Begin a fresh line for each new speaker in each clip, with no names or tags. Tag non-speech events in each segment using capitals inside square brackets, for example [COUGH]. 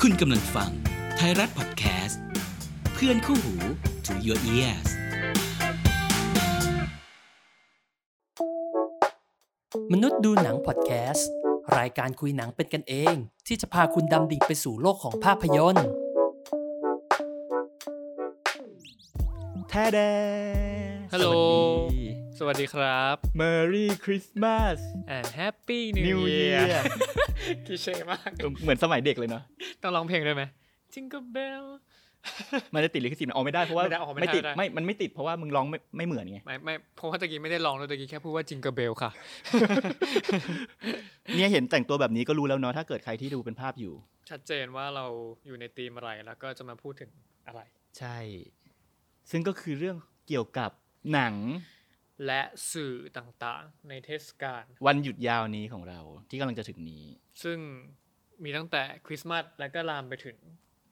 คุณกำลังฟังไทยรัฐพอดแคสต์ เพื่อนคู่หู to your ears
มนุษย์ดูหนังพอดแคสต์ รายการคุยหนังเป็นกันเอง ที่จะพาคุณดำดิ่งไปสู่โลกของภาพยนตร์
แท้แด
ฮัลโหล สวัสดีครับ
เมอรี่คริสต์มาส
and happy new
New
year
Year
[LAUGHS] คิเช่มาก
เหมือนสมัยเด็กเลยเนาะ
ต้องร้องเพลงด้วยไหม Jingle Bell
มันจะติดลิขสิทธิ์มันออกไม่ได้เพราะว่า
ไม่ได้ออกไม่ได้
ติด
ไม่ได้
ไม่ มันไม่ติดเพราะว่ามึงร้องไม่ไม่เหมือนไง
ไม่ไม่เพราะว่าตะกี้ไม่ได้ร้องเลยตะกี้แค่พูดว่า Jingle Bell ค่ะ [LAUGHS]
เนี่ยเห็นแต่งตัวแบบนี้ก็รู้แล้วเนาะถ้าเกิดใครที่ดูเป็นภาพอยู่
ชัดเจนว่าเราอยู่ในธีมอะไรแล้วก็จะมาพูดถึงอะไร
ใช่ ซึ่งก็คือเรื่องเกี่ยวกับหนัง
และสื่อต่างๆ ในเทศกาล
วันหยุดยาวนี้ของเราที่กำลังจะถึงนี้
ซึ่งมีตั้งแต่คริสต์มาสแล้วก็ลามไปถึง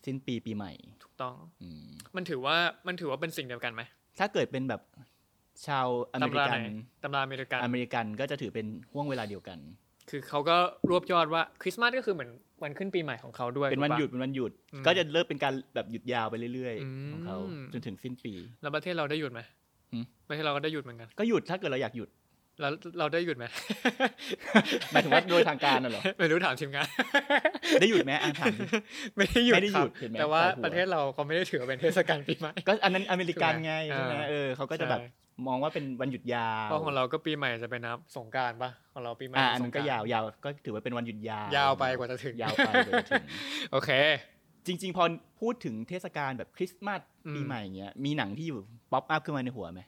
สิ้นปีปีใหม่
ถูกต้อง
อืม
มันถือว่ามันถือว่าเป็นสิ่งเดียวกันไหม
ถ้าเกิดเป็นแบบชาวอเม
ตำ
ริกั
ราไห
น
นตำราอเมริกัน
อเมริกันก็จะถือเป็นห่วงเวลาเดียวกัน
คือเขาก็รวบยอดว่าคริสต์มาสก็คือเหมือนวันขึ้นปีใหม่ของเขาด้วย
เป็นวัน
ถูกปะ
หยุดเป็นวันหยุด
อืม
ก็จะเริ่มเป็นการแบบหยุดยาวไปเรื่อย
อื
ๆ
ม
ของเขาจนถึงสิ้นปี
แล้วประเทศเราได้หยุดไหม
หืม
ประเทศเราก็ได้หยุดเหมือนกัน
ก็หยุดถ้าเกิดเราอยาก
[LAUGHS]
หยุด
แล้วเราได้หยุดไหม [LAUGHS]
หมายถึงว่าโดยทางการน่ะเหรอ
ไม่รู้ถามทีมงาน
ได้หยุดไหมอ่ะถาม
[LAUGHS] ไม่ได้หยุด
ไม่ได้
ค
ห
รั
ยุ
บ
ดเห็นไหม
แต่ว่า
ใส่หัว
ประเทศเราเขาไม่ได้ถือว่าเป็นเทศกาลปีใหม่
[LAUGHS] ก็อันนั้นอเมริกัน
ถูกไหม
ไงใช่ไหม
อ่า
เออเขาก็จะแบบ
ใช่
มองว่าเป็นวันหยุดยาว
เพราะของเราก็ปีใหม่จะไปนับสงกรารปะของเราปีใหม่
อ่าอัน
ส
นั้
ง
น
ร
ก็
นต์
ยาวยาวก็ถือว่าเป็นวันหยุดยาวย
าวไปกว่าจะถึง
ยาวไปกว่าจะถึง
โอเค
จริง ๆ พอพูดถึงเทศกาลแบบคริสต์มาส
อืม
ปีใหม่เงี้ยมีหนังที่อยู่ป๊อปอัพขึ้นมาในหัวไหม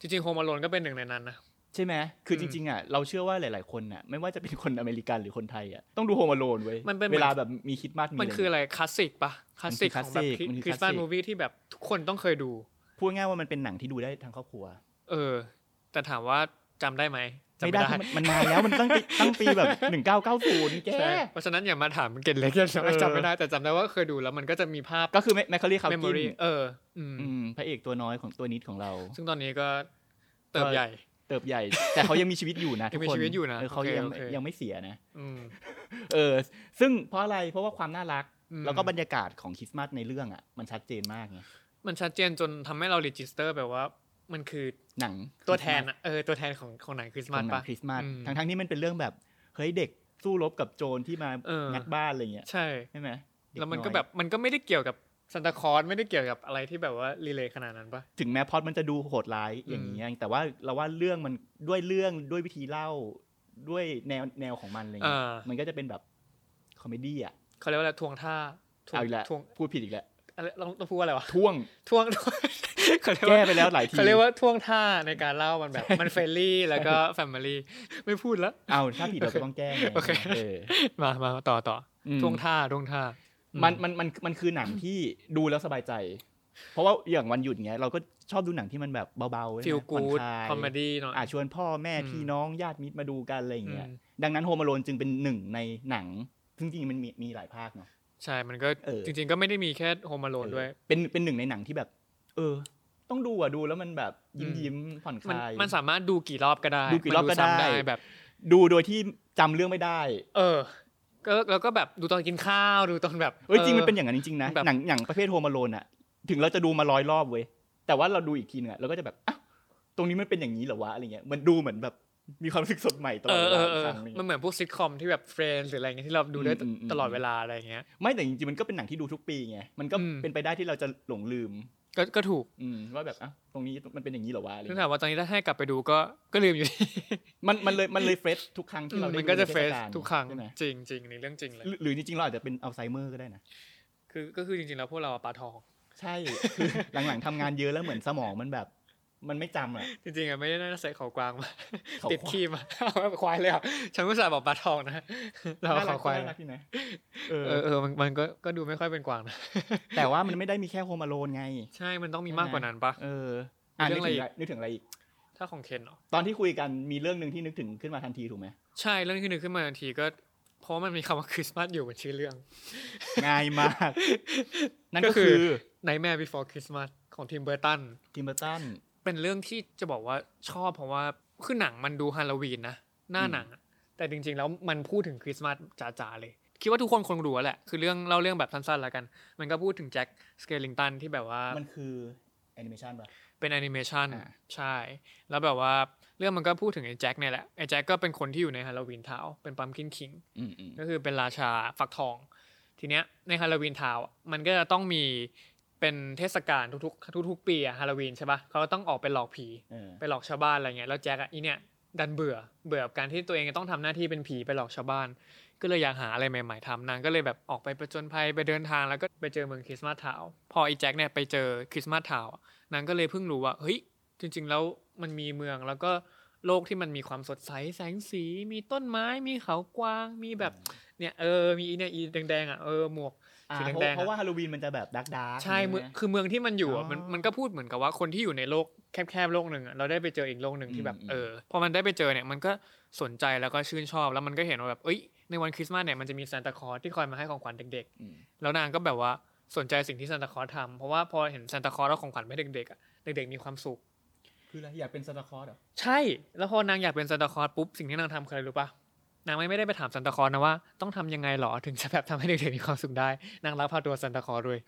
จริงๆโฮมอลนก็เป็นหนึ่งในนั้นนะ
ใช่ไหมคือ
ม
จริงๆอ่ะเราเชื่อว่าหลาย ๆคนอ่ะไม่ว่าจะเป็นคนอเมริกันหรือคนไทยอ่ะต้องดูโฮมอโลนเว้ย
มันเป็นเหมื
เว
อน
ลาแบบมีคริสต์มาสมี
มัน
อะไร
คืออะไรคลาสสิกปะคลาสสิก
มั
ข
น
อง
คือ
แบบ
classic มันคือ
คริสต์มาส
classic
มูวี่ที่แบบทุกคนต้องเคยดู
พูดง่ายว่ามันเป็นหนังที่ดูได้ทั้งครอบครัว
เออ แต่ถามว่าจำได้ไหมจำ
ไม่ได้เพราะมันมันนานแล้ว [LAUGHS] มันตั้งปีตั้งปีแบบหนึ่งเก้าเก้าศูนย์แก
ใช่เพราะฉะนั้นอย่ามาถามเกณฑ์เล็กเกณฑ์น้อย
เออ
จำไม่ได้แต่จำได้ว่าเคยดูแล้วมันก็จะมีภาพ
ก็คือแมคคารีคา
m e
กิ
m o
น
r y เออ อืม
อืมพระเอกตัวน้อยของตัวนิดของเรา
ซึ่งตอนนี้ก็เติบใหญ่
เติบใหญ่ แต่เขายังมีชีวิตอยู่นะ
ยั
ทุก
งมี
คน
ชีวิตอยู่นะ
เเขา
โอเค
ยัง
โอเค
ยังไม่เสียนะ
อืม
เออซึ่งเพราะอะไรเพราะว่าความน่ารัก
อืม
แล้วก็บรรยากาศของคริสต์มาสในเรื่องอ่ะมันชัดเจนมากไง
มันชัดเจนจนทำให้เรารีจิสเตอร์แบบว่า มันคือ
หนัง
ตัวแทนอะเออตัวแทนของของหนังคริสต์
ข
มา
อ
ส
งหนั
ปะ
งคริสต์มาส
อื
ทั้งทั้งๆที่มันเป็นเรื่องแบบเฮ้ยเด็กสู้รบกับโจรที่มา
เออ
งัดบ้านอะไรเงี้ย
ใช่
ใช่ไหมเด็
แล้วมัน
อย
ก็แบบมันก็ไม่ได้เกี่ยวกับซันตาคลอสไม่ได้เกี่ยวกับอะไรที่แบบว่ารีเลย์ขนาดนั้นปะ
ถึงแม้พล็อดมันจะดูโหดร้ายอย่างนี้ยแต่ว่าเราว่าเรื่องมันด้วยเรื่องด้วยวิธีเล่าด้วยแนวแนวของมันอะไรเงี้ย
อ่ามั
มันก็จะเป็นแบบคอมเมดี้อ่ะ
เขาเรียกว่าอะไรทวงท่าทวง
เอาอีกแล้ว
ทวง
พูดผิดอีกแล้ว
อะไรเราต้องพูดว่าอะไรวะ
ท่วง
ทวงทวงเขาเรียก
แก้
ว่า
ไปแล้วหลายที
เขาเรียกว่าท่วงท่าในการเล่ามันแบบ [LAUGHS] มันเฟรนลี่แล้ว
[LAUGHS]
ก็แฟมิลี่ไม่พูดแล้ว
เอาถ้าผิดเราก็ต้องแก้ไง
โอเค
เออ
มามาต่อต่อ
อืม
ท่วงท่าท่วงท่ามั
มันมันมันมันคือหนังที่ดูแล้วสบายใจ เพราะว่าอย่างวันหยุดเงี้ยเราก็ชอบดูหนังที่มันแบบเบาๆ
ฟิล
ผ่อน
กู๊ด
คลาย
คอมเมดี้หน่อย
อ่ะชวนพ่อแม่
อืม
พี่น้องญาติมิตรมาดูกันอะไรอย่างเงี้ย
อืม
ดังนั้นโฮมอลนจึงเป็นหนึ่งในหนังซึ่งจริงๆมันมีมีหลายภาคเนาะ
ใช่มันก็
เออ
จริง ๆ ก็ไม่ได้มีแค่โฮมาโลนด้วย
เออเป็นเป็นหนึ่งในหนังที่แบบ เออ ต้องดูอ่ะดูแล้วมันแบบยิ้ม
อืม
ยิ้มผ่อนค
มัน
ลาย
มันสามารถดูกี่รอบก็ได้
ดูกี่รอบก็
มันซ้ำ
ได้
แบบ
ดูโดยที่จำเรื่องไม่ได้
เออ ก็แล้วก็แบบดูตอนกินข้าว ดูตอนแบบ
เอ้ยจริง
ออ
มันเป็นอย่างนั้นจริงๆนะ
แบบ
หนังหนังประเภทโฮมอโลนอะถึงเราจะดูมาร้อยรอบเว้ยแต่ว่าเราดูอีกทีหนึงอะเราก็จะแบบอ้าวตรงนี้มันเป็นอย่างนี้เหรอวะอะไรเงี้ยมันดูเหมือนแบบมีความรู้สึกสดใหม่ตล
เอ
อด
อ
เวลา
เออเอ
อีก
อ
ครั้งหนึง
มันเหมือนพวกซิทคอมที่แบบเฟรนหรืออะไรเงี้ยที่เราดูได้
อืมอืมอืม
ตลอดเวลาอะไรเงี้ย
ไม่แต่จริงๆมันก็เป็นหนังที่ดูทุกปีไงมันก็
อืม
เป็นไปได้ที่เราจะหลงลืม
ก็ก็ถูก
อืมว่าแบบอ้าวตรงนี้มันเป็นอย่างนี้เหรอวะอะไร
ซึ่ง
เงี้ย
ถามว่าตอนนี้ถ้าให้กลับไปดูก็ก็ลืมอยู่ดี
มันมันเลยมันเลยเฟรชทุกครั้งที่เราได้
มันก็จะ
ดู
เฟร
ใน
ช
ทศาล
ทุกครั้ง
ใช่ไหม
จริงจริงในเรื่องจริงเลย
หรือหรือจริงๆเราอาจจะเป็นอัลไซเมอร์ก็ได้นะ
คือก็คือจริงๆแล้วพวกเราอะปลาทอง
ใช่คือหลังๆทำงานเยอะแล้วเหมือนสมองมันแบบ มันไม่จำอะ
จริงๆอะไม่ได้น่าใส่เขากวางมา
เขา
ติด
ควาย
ขี้มาเอาไว้ควายเลยอะฉันก็ใส่บอกปลาทองนะเราเอา
น่
เขาควาย
น่
มา
รักดีนะเอ
เออ
อ
เออมันมันก็ก็ดูไม่ค่อยเป็นกวางนะ [LAUGHS]
แต่ว่ามันไม่ได้มีแค่โฮมอโลนไง
ใช่มันต้องมีมากกว่านั้นปะ
เอออ่าน
มี
นึก
เรื่อง
ถึง
อะไรอีก
อะไรนึกถึงอะไรอีก
ถ้าของเคนเนาะ
ตอนที่คุยกันมีเรื่องหนึ่งที่นึกถึงขึ้นมาทันทีถูกไหม
ใช่เรื่องที่นึกขึ้นมาทันทีก็ เพราะว่ามันมีคำว่าคริสต์มาสอยู่บนชื่อเรื่อง
ง่ายมาก นั่น
ก็
ก็
คื
คือ อ
Nightmare Before Christmas ของทีมเบอร์ตัน
ทิมเบอร์ตัน
เป็นเรื่องที่จะบอกว่าชอบเพราะว่าคือหนังมันดูฮาโลวีนนะ หน้าหนังอะแต่จริงๆแล้วมันพูดถึงคริสต์มาสจ๋าๆเลย คิดว่าทุกคนคงรู้แล้วแหละ คือเรื่องเล่าเรื่องแบบสั้นๆแล้วกัน มันก็พูดถึงแจ็คสเกลิงตันที่แบบว่า
มันคือแอนิเมชันป่ะ
เป็นแอนิเมชัน
อ่า
ใช่ แล้วแบบว่าเรื่องมันก็พูดถึงไอ้แจ็คเนี่ยแหละ ไอ้แจ็คก็เป็นคนที่อยู่ในฮาโลวีนทาวน์เป็นปัมคินคิง
อืมอืม
ก็คือเป็นราชาฟักทอง ทีเนี้ยในฮาโลวีนทาวน์อะมันก็จะต้องมีเป็นเทศกาลทุกๆ ทุก ๆ ปีอะฮาโลวีนใช่ปะเขาก็ต้องออกไปหลอกผี
เออ
ไปหลอกชาวบ้านอะไรเงี้ย แล้วแจ็คอะอีเนี่ยดันเบื่อ เบื่อกับการที่ตัวเองจะต้องทำหน้าที่เป็นผีไปหลอกชาวบ้าน ก็เลยอยากหาอะไรใหม่ ๆทำนางก็เลยแบบออกไปประจนภัยไปเดินทางแล้วก็ไปเจอเมืองคริสต์มาสทาวน์พอไอ้แจ็คเนี่ยไปเจอคริสต์มาสทาวน์อะนางก็เลยเพิ่งรู้ว่าเฮ้ยจริง ๆ แล้วมันมีเมืองแล้วก็โลกที่มันมีความสดใสแสงสี มีต้นไม้มีเขากวางมีแบบเนี่ยเออมีอีเนี่ยอีแดงๆอ่ะเออหมวก
อ่า
สี
เพ
แด
ราะ
งๆอะ
เพราะว่าฮาโลวีนมันจะแบบดาร์กดาร์ก
ใช่เมืองคือเมืองที่มันอยู่อะ
อ๋อ
มันมันก็พูดเหมือนกับว่าคนที่อยู่ในโลกแคบๆโลกหนึ่งอะเราได้ไปเจออีกโลกหนึ่งที่แบบ
อืม
เออพอมันได้ไปเจอเนี่ยมันก็สนใจแล้วก็ชื่นชอบแล้วมันก็เห็นว่าแบบเอ้ยในวันคริสต์มาสเนี่ยมันจะมีซานตาคลอสที่คอยมาให้ของขวัญเด็ก
อืม
ๆ แล้วนางก็แบบว่าสนใจสิ่งที่ซานตาคลอสทำเพราะว่าพอเห็นซานตาคลอสแล้วของขวัญให้เด็กๆอะเด็กๆมีความสุข
คืออะไรอยากเป็นซานตาคลอสเหรอ
ใช่ แล้วพอนางอยากเป็นซานตาคลอสปุ๊บสิ่งที่นางทำคืออะไรรู้ปะนางไม่ไม่ได้ไปถามซานตาคลอสนะว่าต้องทำยังไงหรอถึงจะแบบทำให้เด็กๆมีความสุขได้ นางรับพาตัวซานตาคลอสด้วย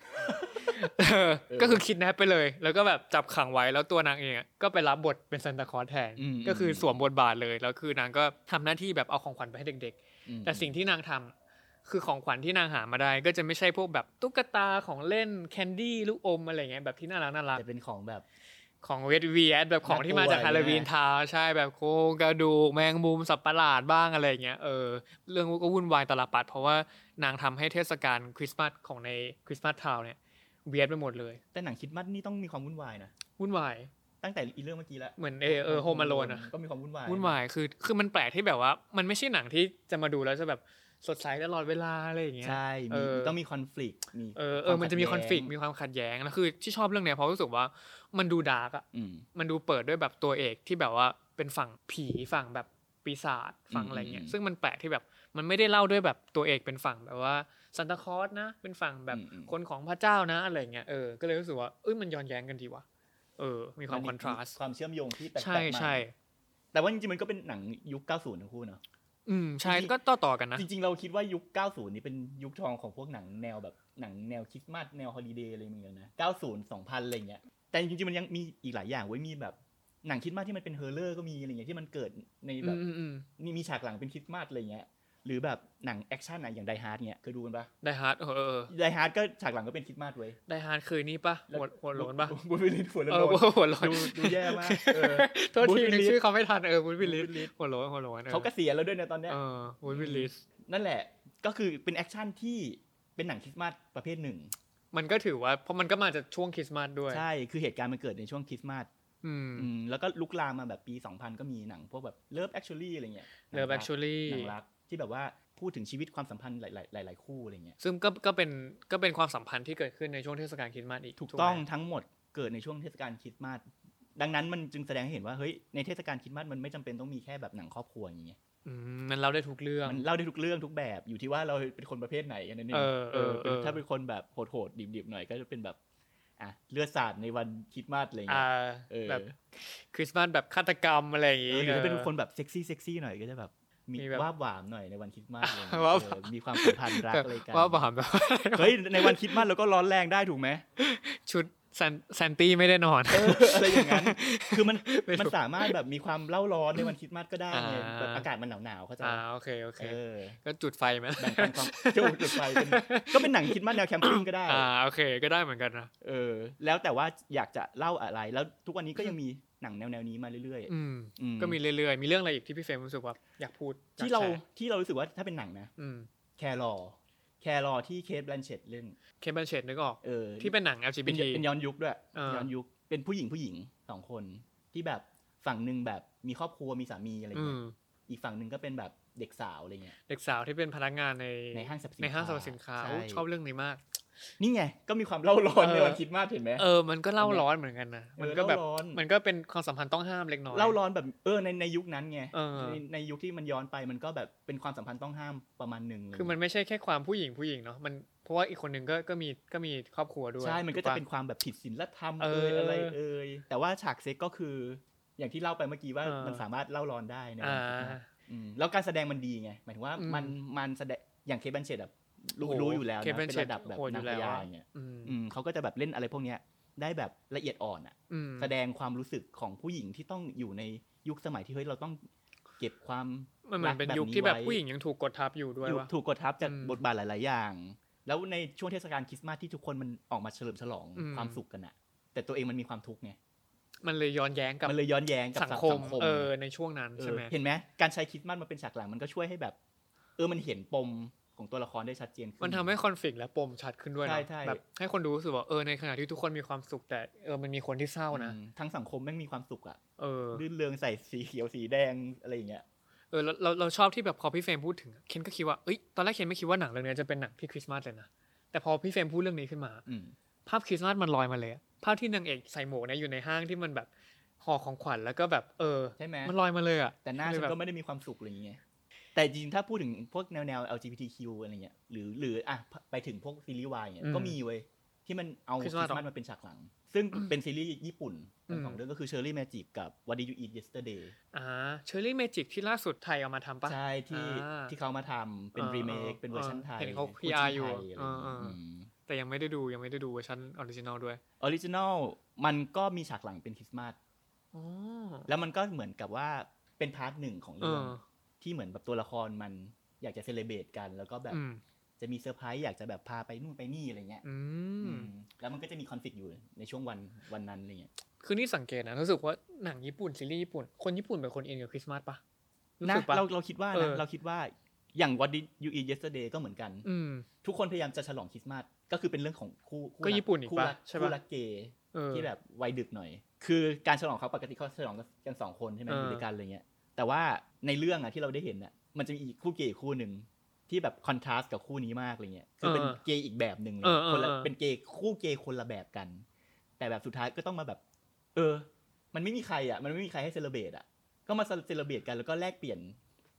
เออก็คือคิดนะไปเลย แล้วก็แบบจับขังไว้แล้วตัวนางเองอะก็ไปรับบทเป็นซานตาคลอสแทน ก็คือสวมบทบาทเลยแล้วคือนางก็ทำหน้าที่แบบเอาของขวัญไปให้เด็ก
อืม
ๆ แต่สิ่งที่นางทำคือของขวัญที่นางหามาได้ ก็จะไม่ใช่พวกแบบตุ๊กตาของเล่นแคนดี้ลูกอมอะไรเงี้ยแบบที่น่ารักน่ารัก
แต่เป็นของแบบ
ของเวทวีแอดแบบของที่มาจาก
น่ากลัว
ฮาโลวีน
นะ
ทาวน์ใช่แบบโครงกระดูกแมงมุมสับประหลาดบ้างอะไรอย่างเงี้ยเออเรื่องก็วุ่นวายตาลปัด เพราะว่านางทำให้เทศกาลคริสต์มาสของในคริสต์มาสทาวน์เนี่ยเวียดไปหมดเลย
แต่หนังคิดมัดนี่ต้องมีความวุ่นวายนะ
วุ่นวาย
ตั้งแต่อีเรื่องเมื่อกี้แล้ว
เหมือนเออเออโฮมาโลนอะ
ก็มีความวุ่นวาย
วุ่นวายคือคือมันแปลกที่แบบว่า มันไม่ใช่หนังที่จะมาดูแล้วจะแบบสดใสตลอดเวลาอะไรอย่างเงี้ย
ใช่
เอ
มี
อ
ต้องมีคอน FLICT มี
เออเออมันจะมีคอนฟ lict มีความขัดแย้งแล้วคือที่ชอบเรื่องเนี้ยเพราะรู้สึกว่ามันดูดาร์กอะ
อืม
มันดูเปิดด้วยแบบตัวเอกที่แบบว่าเป็นฝั่งผีฝั่งแบบปีศาจฝั่งอะไรเงี้ย
อืมอืม
ซึ่งมันแปลกที่แบบมันไม่ได้เล่าด้วยแบบตัวเอกเป็นฝั่งแบบว่าซันตาคลอสนะ เป็นฝั่งแบบ
อืมอืม
คนของพระเจ้านะอะไรเงี้ยเออก็เลยรู้สึกว่าเอ้ยมันย้อนแย้งกันดีว่ะเออ มีความคอนทราส
ความเชื่อมโยงที่แปลกๆ
ใช่
มา
ใช่
แต่ว่าจริงๆมันก็เป็นหนังยุค 90 ทั้งคู่เนาะ
อืมใช่
จริงๆ
ก็ต่อต่อกันนะ
จริงๆ เราคิดว่ายุค 90 นี่เป็นยุคทองของพวกหนังแนวแบบหนังแนวคริสต์มาสแนวฮอลิเดย์อะไรเหมือนกันนะ 90 2000 อะไรเงี้ย แต่จริงๆ มันยังมีอีกหลายอย่างไว้ยมีแบบหนังคริสต์มาสที่มันเป็นเฮอร์เรอร์ก็มีอะไรเงี้ยที่มันเกิดใน
อื
แบ
ม
บ
อืมอืม
มีมีฉากหลังเป็นคริสต์มาสอะไรเงี้ยหรือแบบหนังแอคชั่นอะอย่างไดฮาร์ดเงี้ยเคยดูกันปะ
ไดฮาร์ดเออเออ
ไดฮาร์ดก็ฉากหลังก็เป็นคริสต์มาสเว้ย
ไดฮาร์ดคือนี่ปะหัวหัวโลนปะ
[LAUGHS] บูธวิลลิสหัวโล
เออน หัวโลน
ดูดูแย่มากเออ
โทษทีนึก
Bruce
ชื่อเขาไม่ทันเออวูดวิลลิส
Willis
หัวโลนหัวโลนออ
เขาเกษียณแล้วด้วยนะตอนเนี้ย
เออวูดวิลลิส
นั่นแหละ ก็คือเป็นแอคชั่นที่เป็นหนังคริสต์มาสประเภทหนึ่ง
มันก็ถือว่าเพราะมันก็มาจากช่วงคริสต์มาสด้วย
ใช่ คือเหตุการณ์มันเกิดในช่วงคริสต์มาส
อืม
อืมแล้วก็ลุกลามมาแบบปี 2000 ก็มีหนังพวกแบบ Love Actually อะไรเงี้ย
เลิฟแบคชูรี่
หนังรักที่แบบว่าพูดถึงชีวิตความสัมพันธ์หลายๆหลาย ๆ คู่อะไรเงี้ย
ซึ่งก็ก็เป็นก็เป็นความสัมพันธ์ที่เกิดขึ้นในช่วงเทศกาลคริสต์มาสอีก
ถูก
ไหม
ต้องทั้งหมดเกิดในช่วงเทศกาลคริสต์มาส ดังนั้นมันจึงแสดงให้เห็นว่าเฮ้ย ในเทศกาลคริสต์มาสมันไม่จำเป็นต้องมีแค่แบบหนังครอบครัวอย่างเงี้ย
อืมมันเล่าได้ทุกเรื่อง
มันเล่าได้ทุกเรื่องทุกแบบ อยู่ที่ว่าเราเป็นคนประเภทไหนกันนั่นเอง
เออเออเออ
ถ้าเป็นคนแบบโหดๆดิบๆหน่อยก็จะเป็นแบบอ่ะเลือดสาดในวันคริสต์มาสอะไรเงี้ย
อ่า
เออ
แบบคริสต์มาสแบบฆาตกรรมอะไรอย่าง
เอ
งี้
อหรือถ้าเป็นคนแบบเซ็กซี่เซ็กซี่หน่อยก็จะแบบมี
มีแบบ
วาบหวามหน่อยในวันคริสต์มาสอะไรเงี้ย
[LAUGHS] วาบ
เออมีความสัมพันธ์รักอะไรกัน
ว่าบาป [LAUGHS] แบบ
เฮ้ยในวันคริสต์มาสเราก็ร้อนแรงได้ถูกไหม
ชุดแซนแซนตี้ไม่ได้นอน
เอออะไรอย่างนั้น คือมัน
[LAUGHS] ไม่ถูก
มันสามารถแบบมีความเล่าร้อนในวันคริสต์มาสก็ได้ไง
อ่า
แบบอากาศมันหนาวๆเข้าใจ
อ่าโอเคโอเค
เออ
ก็จุดไฟไหม
แบ่งปันความจุดจุดไฟเป็นก็เป็นหนังคริสต์มาสแนวแคมปิ้งก็ได้
[LAUGHS] อ่าโอเคก็ได้เหมือนกันนะ
เออแล้วแต่ว่าอยากจะเล่าอะไร แล้วทุกวันนี้ก็ยังมีหนังแนวแนวๆนี้มาเรื่อย
อืม
ๆอืม
ก็มีเรื่อยๆ มีเรื่องอะไรอีกที่พี่เฟรมรู้สึกว่าอยากพูดอยก
ที่เรา
แชร์
ที่เรารู้สึกว่าถ้าเป็นหนังนะ
อืม
แครอแครอที่เคทแบลนเชตเล่น
เคมเบนเชดนึกออก
เออ
ที่เป็นหนัง
เป็น
LGBT
เป็นย้อนยุคด้วย
เออ
ย้อนยุคเป็นผู้หญิงผู้หญิงสองคนที่แบบฝั่งหนึ่งแบบมีครอบครัวมีสามีอะไร
อื
เงี้
ม
ยอีกฝั่งหนึ่งก็เป็นแบบเด็กสาวอะไรเงี้ย
เด็กสาวที่เป็นพนักงานใน
ในห้างสรรพสินค้า
ในห้างสรรพสินค้า
ใ
โอ้ชอบเรื่องนี้มาก
นี่ไงก็มีความเล่าร้อน
เออ
ในวันคริดมากเห็นไหม
เออ มันก็เล่า
อันเนี้ย
ร้อนเหมือนกันนะ
เออ
มันก็แบบ
เล่าร้อน
มันก็เป็นความสัมพันธ์ต้องห้ามเล็กน้อย
เล่าร้อนแบบเออในในยุคนั้นไง
เออ
ในในยุคที่มันย้อนไปมันก็แบบเป็นความสัมพันธ์ต้องห้ามประมาณหนึ่งเลย
คือมันไม่ใช่แค่ความผู้หญิงผู้หญิงเนาะ มัน เพราะว่าอีกคนหนึ่งก็ ก็มี ก็มีครอบครัวด้วย
ใช่มันก็
ถู
จะเป็นความแบบผิดศีลธรรมเอยอะไรเอยแต่ว่าฉากเซ็กก็คือ อย่างที่เล่าไปเมื่อกี้ว่า
เออ
มันสามารถเล่าร้อนได้ในวั
อ่า
นคริดมาก อืมแล้วการแสดงมันดีไงหมายถึงว่า
อืม
มันมันแสดง อย่างเคบันเชตแบบรู้
โอ้โห
รู้อยู่แล้วนะ
Kate
เป็น
Blanchett
ระดับแบบ
โหดอน
างพ
ยู่แล้ว
ญา
อะ
เนี่ย
อืม
อืมเขาก็จะแบบเล่นอะไรพวกเนี้ยได้แบบละเอียดอ่อนอ่ะ
อืม
แสดงความรู้สึกของผู้หญิงที่ต้องอยู่ในยุคสมัยที่เฮ้ยเราต้องเก็บความ
มันเหมือนเป็นยุคที่แบบผู้หญิงยังถูกกดทับอยู่ด้วย
อยู่
วะ
ถูกกดทับจาก
อืม
บทบาทหลาย ๆ อย่าง แล้วในช่วงเทศกาลคริสต์มาสที่ทุกคนมันออกมาเฉลิมฉลอง
อืม
ความสุขกันอะแต่ตัวเองมันมีความทุกข์ไง
มันเลยย้อนแย้งกับ
มันเลยย้อนแย้งกับ
สังคมเออในช่วงนั้น
เออ
ใช่ไหม
เห็นไหมการใช้คริสต์มาสมาเป็นฉากหลังมันก็ช่วยให้แบบ เออมันเห็นปมของตัวละครได้ชัดเจนขึ้น
มันทำให้คอนฟ lict และปมชัดขึ้นด้วย
ใช่
เนาะ
ใช่
แบบให้คนดูรู้สึกว่าเออในขณะที่ทุกคนมีความสุขแต่เออมันมีคนที่เศร้านะ
อืมทั้งสังคมแม่งมีความสุขอะ
เออ
รื่นเริงใส่สีเขียวสีแดงอะไรอย่างเงี้ย
เออเราเราเราชอบที่แบบพอพี่เฟรมพูดถึงอะเคนก็คิดว่าเอ้ยตอนแรกเคนไม่คิดว่าหนังเรื่องเนี้ยจะเป็นหนังที่คริสต์มาสเลยนะแต่พอพี่เฟรมพูดเรื่องนี้ขึ้นมา
อืม
ภาพคริสต์มาสมันลอยมาเลยอะภาพที่นางเอกใส่หมวกเนี่ยอยู่ในห้างที่มันแบบห่อของขวัญแล้วก็แบบเออ
ใช่ไหม
นลอยมาเลยอะ
แต่หน้า
เลย
ฉัน
แบบ
ก็ไม่ได้มีความสุขอะไรอย่างเงี้ย แต่จริงๆ ถ้าพูดถึงพวกแนวแนว LGBTQ อะไรเงี้ย หรือหรืออ่ะไปถึงพวกซีรีส์วายเนี่ย
อืม
ก็มีเว้ย ที่มันเอาคริส
Christmas
ต์มาสมาเป็นฉากหลัง ซึ่งเป็นซีรีส์ญี่ปุ่นทั้งสอง
อืม
เรื่องก็คือ Cherry Magic กับ What Did You Eat Yesterday
อ่าเชอรี่เมจิกที่ล่าสุดไทยเอามาทำปะ
ใช่ที่
อ่า
ที่เขามาทำเป็น
เออ
รีเมค
เออ
เป็นเวอร์ชันไทย
เห็นเขา PR
วชัน
อยู่
ไทะไรเงี้ย
เออเอออื
ม
แต่ยังไม่ได้ดูยังไม่ได้ดูเวอร์ชันออริจินอลด้วย
ออริจินอลมันก็มีฉากหลังเป็นคริสต์มาส
อ๋อ
แล้วมันก็เหมือนกับว่าเป็นพาร์ทหนึ่งของเรื่อง
เออ
ที่เหมือนแบบตัวละครมันอยากจะเซเลบรตกัน แล้วก็แบบ
อืม
จะมีเซอร์ไพรส์อยากจะแบบพาไปนู่นไปนี่อะไรเงี้ย
อืม
อืมแล้วมันก็จะมีคอนฟ lict อยู่ในช่วงวันวันนั้นอะไรเงี้ย
คือนี่สังเกตนะ รู้สึกว่าหนังญี่ปุ่น ซีรีส์ญี่ปุ่น คนญี่ปุ่นเป็นคนอินกับคริสต์มาสปะรู้
นะ
สึกปะ
เราเราคิดว่า
เอ
นะ
อ
เราคิดว่าอย่าง What Did You Eat Yesterday ก็เหมือนกัน
อืม
ทุกคนพยายามจะฉลองคริสต์มาสก็คือเป็นเรื่องของคู่คู่
ก็
รั
ญี่ปุ่นอีก
คู่
ปะ
รั
ใช่ปะ
คู่รักเกย์
เออ
ที่แบบวัยดึกหน่อย คือการฉลองเขาปกติเขาฉลองกันสองคนใช่ไหม
เออ
อ
อ
ยู่ด้วยกันอะไรเงี้ย แต่ว่าในเรื่องอะที่เราได้เห็นอะมันจะมีอีกคู่เกย์อีกคู่หนึ่งที่แบบคอนทราสต์กับคู่นี้มากอะไรเงี้ย คือเป็นเกย์อีกแบบหนึ่งเลยคนละเป็นเกย์คู่เกย์คนละแบบกัน แต่แบบสุดท้ายก็ต้องมาแบบ เออ มันไม่มีใครอะมันไม่มีใครให้เซเลเบตอะก็มาเซเลเบตกันแล้วก็แลกเปลี่ยน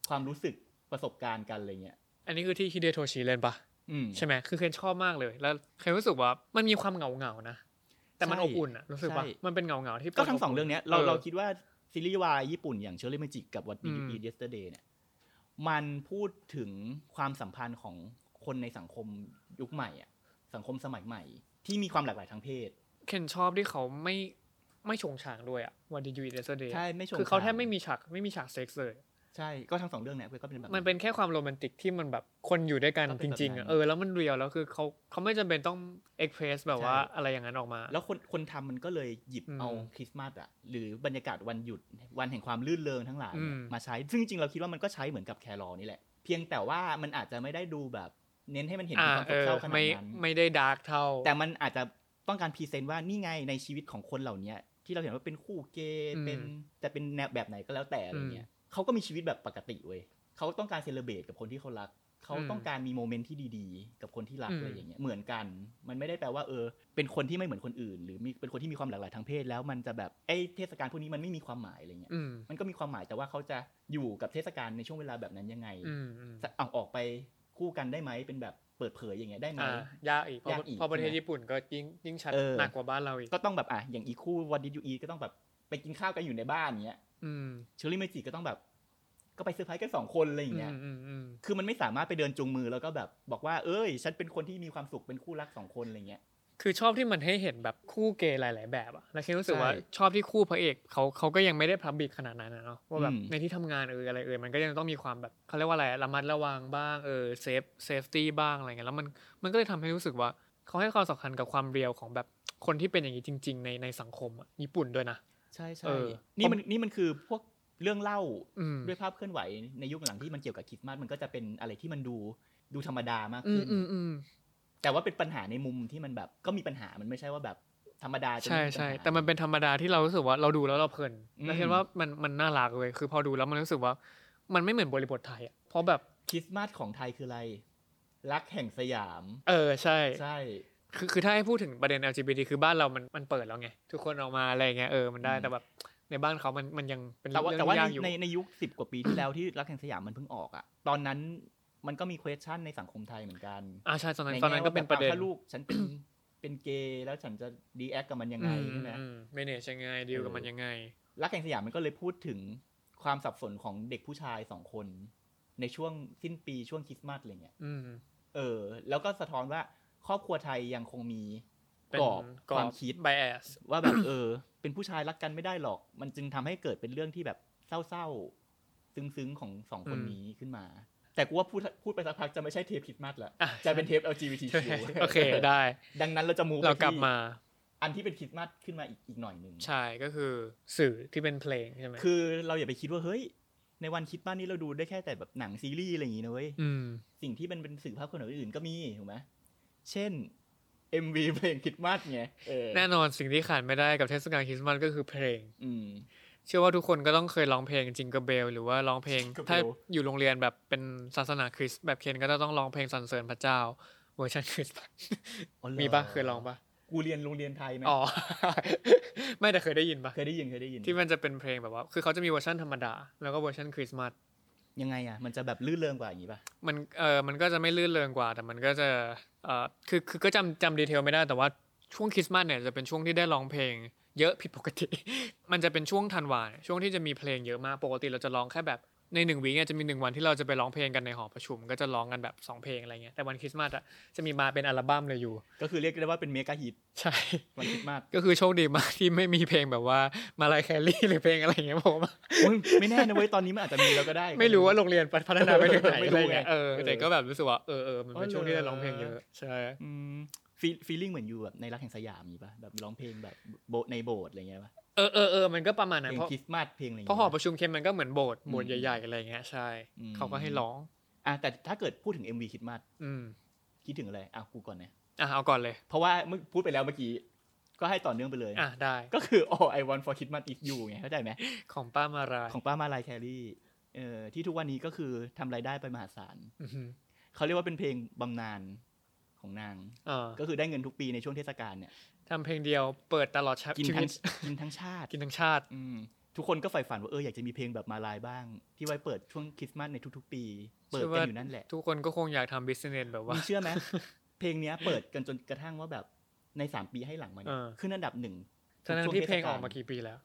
ความรู้สึกประสบการณ์กันอะไรเงี้ย
อันนี้คือที่ฮิเดโทชิเล่นปะ
อืม
ใช่ไหมคือเคนชอบมากเลย แล้วเคนรู้สึกว่ามันมีความเหงาเงาๆนะ แต่มัน
ใช่
อบอุ่นอะรู้สึกปะ
ใช่
มันเป็นเหงาเงาๆที่
ก็ทั้งสอง
ป็นบ
เรื่องเนี้ยเรา
ออ
เราคิดว่าซีรีส์วายญี่ปุ่นอย่างเชอร์รี่มจิกกับวัตติ
อื
ยู
ม
อีเดสเตเดย์เนี่ยมันพูดถึงความสัมพันธ์ของคนในสังคมยุคใหม่อะสังคมสมัยใหม่ ที่มีความหลากหลายทางเพศ
เคนชอบที่เขาไม่ไม่ชงฉางด้วยอะวันดียูเดสเดย์
ใช่ไม่ชง
คือเขา
ฉาง
แทบไม่มีฉากไม่มีฉากเซ็กซ์เลย
ใช่ก็ทั้งสองเรื่องเนี่ยก็เป็นแบบ
มันเป็นแค่ความโรแมนติกที่มันแบบคนอยู่ด้วยกัน
ก็เป็น
จ
แบบ
ริงๆอะ
นั้น
เออแล้วมันเรียลแล้วคือเขาเขาไม่จำเป็นต้องเอ็กเพรสแบบ
ใช่
ว่าอะไรอย่างนั้นออกมา
แล้วคนคนทำมันก็เลยหยิบ
อืม
เอาคริสต์มาสอะหรือบรรยากาศวันหยุดวันแห่งความลื่นเริงทั้งหลายเนี่ย
อืม
มาใช้ ซึ่งจริงๆเราคิดว่ามันก็ใช้เหมือนกับแครอนี่แหละ เพียงแต่ว่ามันอาจจะไม่ได้ดูแบบเน้นให้มันเห็นถึ
อ่าง
ความ
เอ
โศก
อ
เศร้าขนาด
ไม่
นั้น
ไม่ได้ดาร์กเท่า
แต่มันอาจจะต้องการพรีเซนต์ว่านี่ไงในชีวิตของคนเหล่าเนี้ยที่เราเห็นว่าเป็นคู่เกย์
อืม
เป็นแต่เป็นแนวแบบไหนก็แล้วแต่อะไรเงี้ยเขาก็มีชีวิตแบบปกติเว้ยเขาต้องการเซเลเบตกับคนที่เขารัก เขา
อืม
ต้องการมีโมเมนต์ที่ดีๆ กับคนที่รัก
อืม
อะไรอย่างเงี้ยเหมือนกัน มันไม่ได้แปลว่าเออ เป็นคนที่ไม่เหมือนคนอื่น หรือมีเป็นคนที่มีความหลากหลายทางเพศแล้วมันจะแบบไอ้เทศกาลพวกนี้มันไม่มีความหมายอะไรเงี้ย
อืม
มันก็มีความหมายแต่ว่าเขาจะอยู่กับเทศกาลในช่วงเวลาแบบนั้นยังไง
อืมอืม
เอาออกไปคู่กันได้ไหมเป็นแบบเปิดเผยอย่างเงี้ยได้ไหม
อ่ายากอีกเพราะ
ยากอีก
เพราะประเทศ
ใช่ไหม
ญี่ปุ่นก็ยิ่งยิ่งชัด
เออ
หนักกว่าบ้านเราอีก
ก็ต้องแบบอ่ะอย่างอีคู่วันดิจูอีก็ต้องแบบไปกินข้าวกันอยู่ในบ้านเงี้ย
อืม
เชอรี่เมจิก็ต้องแบบ ก็ไปเซอร์ไพรส์กันสองคนอะไรอ
อื
ย่างเงี้
ม
ย
อืมอืม
คือมันไม่สามารถไปเดินจูงมือแล้วก็แบบบอกว่าเอ้ย ฉันเป็นคนที่มีความสุขเป็นคู่รักสองคนอะไรเงี้ย
คือชอบที่มันให้เห็นแบบคู่เกย์หลาย ๆ แบบอะแล้วเคนรู้สึกว่า
ใช่
ชอบที่คู่พระเอกเขาเขาก็ยังไม่ได้พับบิกขนาดนั้นนะเนาะว่าแบบ
อืม
ในที่ทำงานเอออะไรเออมันก็ยังต้องมีความแบบเขาเรียกว่าอะไรระมัดระวังบ้างเออเซฟเซฟตี้บ้างอะไรเงี้ยแล้วมันมันก็เลยทำให้รู้สึกว่าเขาให้ความสำคัญกับความเรียลของแบบคนที่เป็นอย่างนี้จริง ๆ ในในสังคมอะญี่ปุ่นด้วยนะ
ใช่ใช่
เออ
นี่มันนี่มันคือพวกเรื่องเล่า
อืม
ด้วยภาพเคลื่อนไหวในยุคหลังที่มันเกี่ยวกับคริสต์มาสมันก็จะเป็นอะไรที่มันดูดูธรรมดามาก
อื
ขึ้
ม
น
อืมอืม
แต่ว่าเป็นปัญหาในมุมที่มันแบบก็มีปัญหามันไม่ใช่ว่าแบบธรรมดาจะ
ใช่
ไม่มีปัญหา
ใช่แต่มันเป็นธรรมดาที่เรารู้สึกว่าเราดูแล้วเราเพลิน
อืม
แล้วเห็นว่ามันมันน่ารักเลยคือพอดูแล้วมันรู้สึกว่ามันไม่เหมือนบริบทไทยอะเพราะแบบ
คริสต์มาสของไทยคืออะไร รักแห่งสยาม
เออใช่
ใช่
คือคือถ้าให้พูดถึงประเด็น LGBT คือบ้านเรามันมันเปิดแล้วไง ทุกคนออกมาอะไรอย่างเงี้ยเออมันได้
อืม
แต่แบบในบ้านเขามันมันยังเป็น
แต่ว่า
เรื่อ
แต่
ง
ว่าใน
ยากอยู่
ในในยุคสิบกว่าปีที่แล้วที่รักแห่งสยามมันเพิ่งออกอะตอนนั้นมันก็มี question ในสังคมไทยเหมือนกัน
อ่าใช่ตอนนั้น
ใแง่
ตอนนั้นก็เป็นประเด็น
ว่าแบบอ้าวถ้าลูกฉันเป็น เป็นเกย์แล้วฉันจะดีแอคกับมันยังไงใช่ไหม
เมเนจยังไงดีลกับมันยังไง
รักแห่งสยามมันก็เลยพูดถึงความสับสนของเด็กผู้ชายสองคน ในช่วงสิ้นปีช่วงคริสต์มาสอะไรเงี้ย
อืม
เออ แล้วก็สะท้อนว่าครอบครัวไทยยังคงมี
เป็น
กรอบความคิด
ไบแอส
ว่าแบบ เออ เป็นผู้ชายรักกันไม่ได้หรอก มันจึงทำให้เกิดเป็นเรื่องที่แบบเศร้าๆ ซึ้งๆ ของสองคน
อืม
นี้ขึ้นมา แต่กูว่าพูดพูดไปสักพักจะไม่ใช่เทปคริดมัดละ
อ่ะ
จะเป็นเทป LGBTQ
[LAUGHS]
[LAUGHS]
โอเคได้
ดังนั้นเราจะมู
เรากลับมา
อันที่เป็นคริดมัดขึ้นมาอีกอีกหน่อยหนึ่ง
ใช่ก็คือสื่อที่เป็นเพลงใช่ไหม
คือเราอย่าไปคิดว่า เฮ้ย ในวันคริดมัดนี่เราดูได้แค่แต่แบบหนังซีรีส์อะไรอย่างงี้นะเว้ย
ม
สิ่งที่มันเป็นสื่อภาพเคลื่อนไหวอื่นๆก็มีถูกไหมเช่น MV เพลงคริดมัดไงเออ
แน่นอนสิ่งที่ขาดไม่ได้กับเทศกาลคริสต์มาสก็คือเพลง
อืม
เชื่อว่าทุกคนก็ต้องเคยร้องเพลงจิงเกิลเบลหรือว่าร้องเพลง
Jingle Bell
ถ้าอยู่โรงเรียนแบบเป็นศาสนาคริสต์แบบเคนก็จะต้องร้องเพลงสรรเสริญพระเจ้าเวอร์ชันคริสต์
[LAUGHS]
มาส
อ๋อหร
มีปะเคยร้องปะ
กูเรียนโรงเรียนไทยไหม
อ๋อ [LAUGHS] ไม่แต่เคยได้ยินปะ
เคยได้ยินเคยได้ยิน
ที่มันจะเป็นเพลงแบบว่า คือเขาจะมีเวอร์ชันธรรมดา แล้วก็เวอร์ชันคริสต์มาส
ยังไงอ่ะ มันจะแบบลื่นเริงกว่าอย่างนี้ป่ะ
มันเออมันก็จะไม่ลื่นเริงกว่า แต่มันก็จะเออคือคือก็จำจำดีเทลไม่ได้แต่ว่าช่วงคริสต์มาสเนี่ยจะเป็นช่วงที่ได้ร้องเพลง เยอะผิดปกติ [LAUGHS] มันจะเป็นช่วงธันวาเนี่ยช่วงที่จะมีเพลงเยอะมากปกติเราจะร้องแค่แบบในหนึ่งวีเนี่ยจะมีหนึ่งวันที่เราจะไปร้องเพลงกันในหอประชุม ก็จะร้องกันแบบสองเพลงอะไรเงี้ยแต่วันคริสต์มาสอะจะมีมาเป็นอัลบั้มเลยอยู่ [LAUGHS]
ก็คือเรียกได้ว่าเป็นเมกะฮิต
ใช่
วันคริสต์มาส
ก็คือโชคดีมากที่ไม่มีเพลงแบบว่ามาลายแคลรี่หรือเพลงอะไรเงี้ยผมอะ
โอ้ยไม่แน่นะเว้ย ตอนนี้มันอาจจะมีแล้วก็ได้
ไม่รู้ว่าโรงเรียนพัฒนาไปถึงไหน
ไม่
อะ
รู้
ไร
ไง
เงี้ยเออ
เออ
แต่ก็แบบรู้สึกว่าเออเออมันเป็น
อ๋อ
ช่วงที่ได้ร้องเพลงเย
เหร
อะ
อ
ใช่
อืมฟีฟีลิ่งเหมือนอยู่แบบในรักแห่งสยามมีป่ะ แบบร้องเพลงแบบโบในโบสถ์อะไรเงี้ยป่ะ
เออเออเออมันก็ประมาณ
เพ
นั้น
ลง
เพราะ
คริสต์มาสเพลงอะไร
เพ
เงี้ย
ราะหอประชุมเคนมันก็เหมือนโบสถ์โบสถ์
อืม
ใหญ่ๆอะไรอย่างเงี้ยใช่
อืม
เขาก็ให้ร้อง
อ่ะแต่ถ้าเกิดพูดถึง MV คริสต์มาส
อืม
คิดถึงอะไร อ่ะกูก่อนนะ
อ่ะเอาก่อนเลย
เพราะว่าเมื่อพูดไปแล้วเมื่อกี้ ก็ให้ต่อเนื่องไปเลย
อ่ะได้
ก็คือ all I want for Christmas is you ไงเข้าใจไหม
ของป้ามาราย
ของป้ามาลายแครี่ เอ่อที่ทุกวันนี้ก็คือทำรายได้ไปมหาศาล
อือหือ
เขาเรียกว่าเป็นเพลงบำนาญของนาง
เออ
ก็คือได้เงินทุกปีในช่วงเทศกาลเนี่ย
ทำเพลงเดียวเปิดตลอดชา
กิน
ชี
ทั้
วิ
ง
ต
กินทั้งชาติ
กินทั้งชาติ
อืมทุกคนก็ใฝ่ฝันว่าเอออยากจะมีเพลงแบบมาลายบ้าง ที่ไว้เปิดช่วงคริสต์มาสในทุกๆ ปี เปิด
เชื่อ
กัน
ว่า
อยู่นั่นแหละ
ทุกคนก็คงอยากทำบิสเนสแบบว่า
มึงเชื่อไหม เพลงเนี้ยเปิดกันจนกระทั่งว่าแบบในสามปีให้หลังมาเนี่ย
เออ
ขึ้นอันดับหนึ่ง
ทั้
ช่ว
งๆที่
ศ
เพลงออกมากี่ปีแล้ว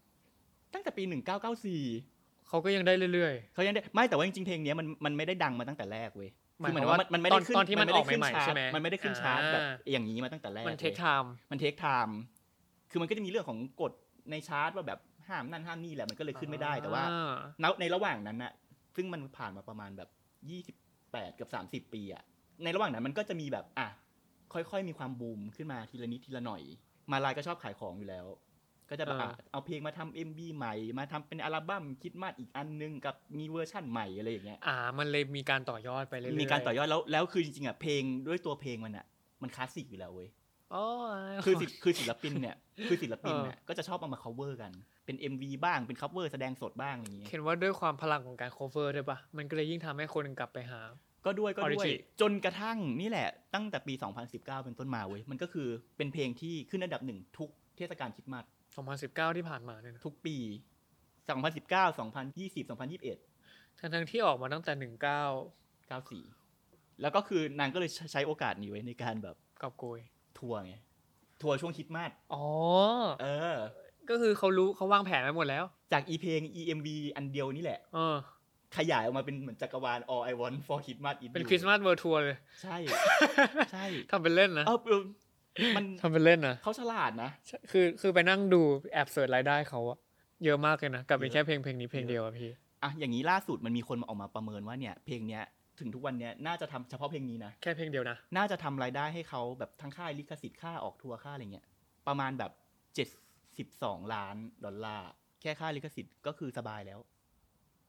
ตั้งแต่ปี 1994
เขาก็ยังได้เรื่อย
เขายังได้ไม่แต่ว่าจริงๆเพลงเนี้ยมันมันไม่ได้ดังมาตั้งแต่แรกเว้ย
หมาย
คือหมาย
ค
ถึง
วาม
ว่า
ว่า
มันมันไม่ได้ขึ้น
ตอนที่มัน
ไได้
ออกใหม่
ขึ้น
ๆใช่
ชาร์ต
ไหม
มันไม่ได้ขึ้นชาร์ต
อ่า
แบบอย่างนี้มาตั้งแต่แรก
ๆ มันเทค
ว้ย
ไทม์
มันเทคไทม์ คือมันก็จะมีเรื่องของกฎในชาร์ตว่าแบบห้ามนั่นห้ามนี่แหละ มันก็เลยขึ้นไม่ได้ แต่ว่าณในระหว่างนั้นน่ะ ซึ่งมันผ่านมาประมาณแบบยี่สิบแปดกับสามสิบ30 ปีอะในระหว่างนั้นมันก็จะมีแบบ อ่ะ ค่อยๆ มีความบูมขึ้นมาทีละนิดทีละหน่อย มาลายก็ชอบขายของอยู่แล้ว ก็จะแบบอ่ะเอาเพลงมาทำเอ็มบีใหม่ มาทำเป็นอัลบั้มคริดมาสอีกอันนึงกับมีเวอร์ชั่นใหม่อะไรอย่างเงี้ย
อ่า มันเลยมีการต่อยอดไปเรื่อยๆ
มีการต่อยอดแล้ว แล้วคือจริงๆอะเพลงด้วยตัวเพลงมันอะมันคลาสสิกอยู่แล้วเว้ย
อ๋อ
คือศิลคือศิลปิน
[LAUGHS]
เนี่ย คือศิลปินเนี่ย
เออ
ก็จะชอบเอามา cover กัน เป็น MV บ้าง เป็น cover แสดงสดบ้างอย่างเงี้ย
เคนว่าด้วยความพลังของการโคเวอร์ด้วยปะมันก็เลยยิ่งทำให้คนกลับไปหา
ก็ด้วยก็ด้วย
Origi
จนกระทั่งนี่แหละ ตั้งแต่ปี 2019 เป็นต้นมาเว้ย มันก็คือเป็นเพลงที่ขึ้นอันดับหนึ่งทุกเทศกาลคริดมาส
2019 ที่ผ่านมาเนี่ยนะ
ทุกปี 2019 2020 2021
ทั้งๆที่ออกมาตั้งแต่ 19
94 แล้วก็คือนางก็เลยใช้โอกาสนี้ไว้ยในการแบบ
กับโกย
ทัวร์ไง ทัวร์ช่วงคริดมาส
อ๋อ
เออ
ก็คือเขารู้เขาวางแผนไว้หมดแล้ว
จากอีเพลง EMV อันเดียวนี่แหละ
เออ
ขยายออกมาเป็นเหมือนจักรวาล All I Want for Christmas Is
เป็น
You
คริสต์มาสเวิร์ทัวร์เลย
ใช่ ใช่
[LAUGHS] ทำเป็นเล่นนะ
เออเออมัน
ทำเป็นเล่นนะ
เขาฉลาดนะ
ใช่คือ คือไปนั่งดูแอบเสิร์ชรายได้เขาอะเยอะมากเลยนะ กับอี
เย
ก
อะ
แค่เพลงเพลงนี้เพลงเดียวอะพี่
อ่ะอย่างนี้ล่าสุดมันมีคนมาออกมาประเมินว่าเนี่ย เพลงเนี้ยถึงทุกวันเนี้ยน่าจะทำเฉพาะเพลงนี้นะ
แค่เพลงเดียวนะ
น่าจะทำรายได้ให้เขาแบบทั้งค่ายลิขสิทธิ์ค่าออกทัวร์ค่าอะไรเงี้ยประมาณแบบเจ็ดสิบสองล้านดอลลาร์แค่ค่าลิขสิทธิ์ก็คือสบายแล้ว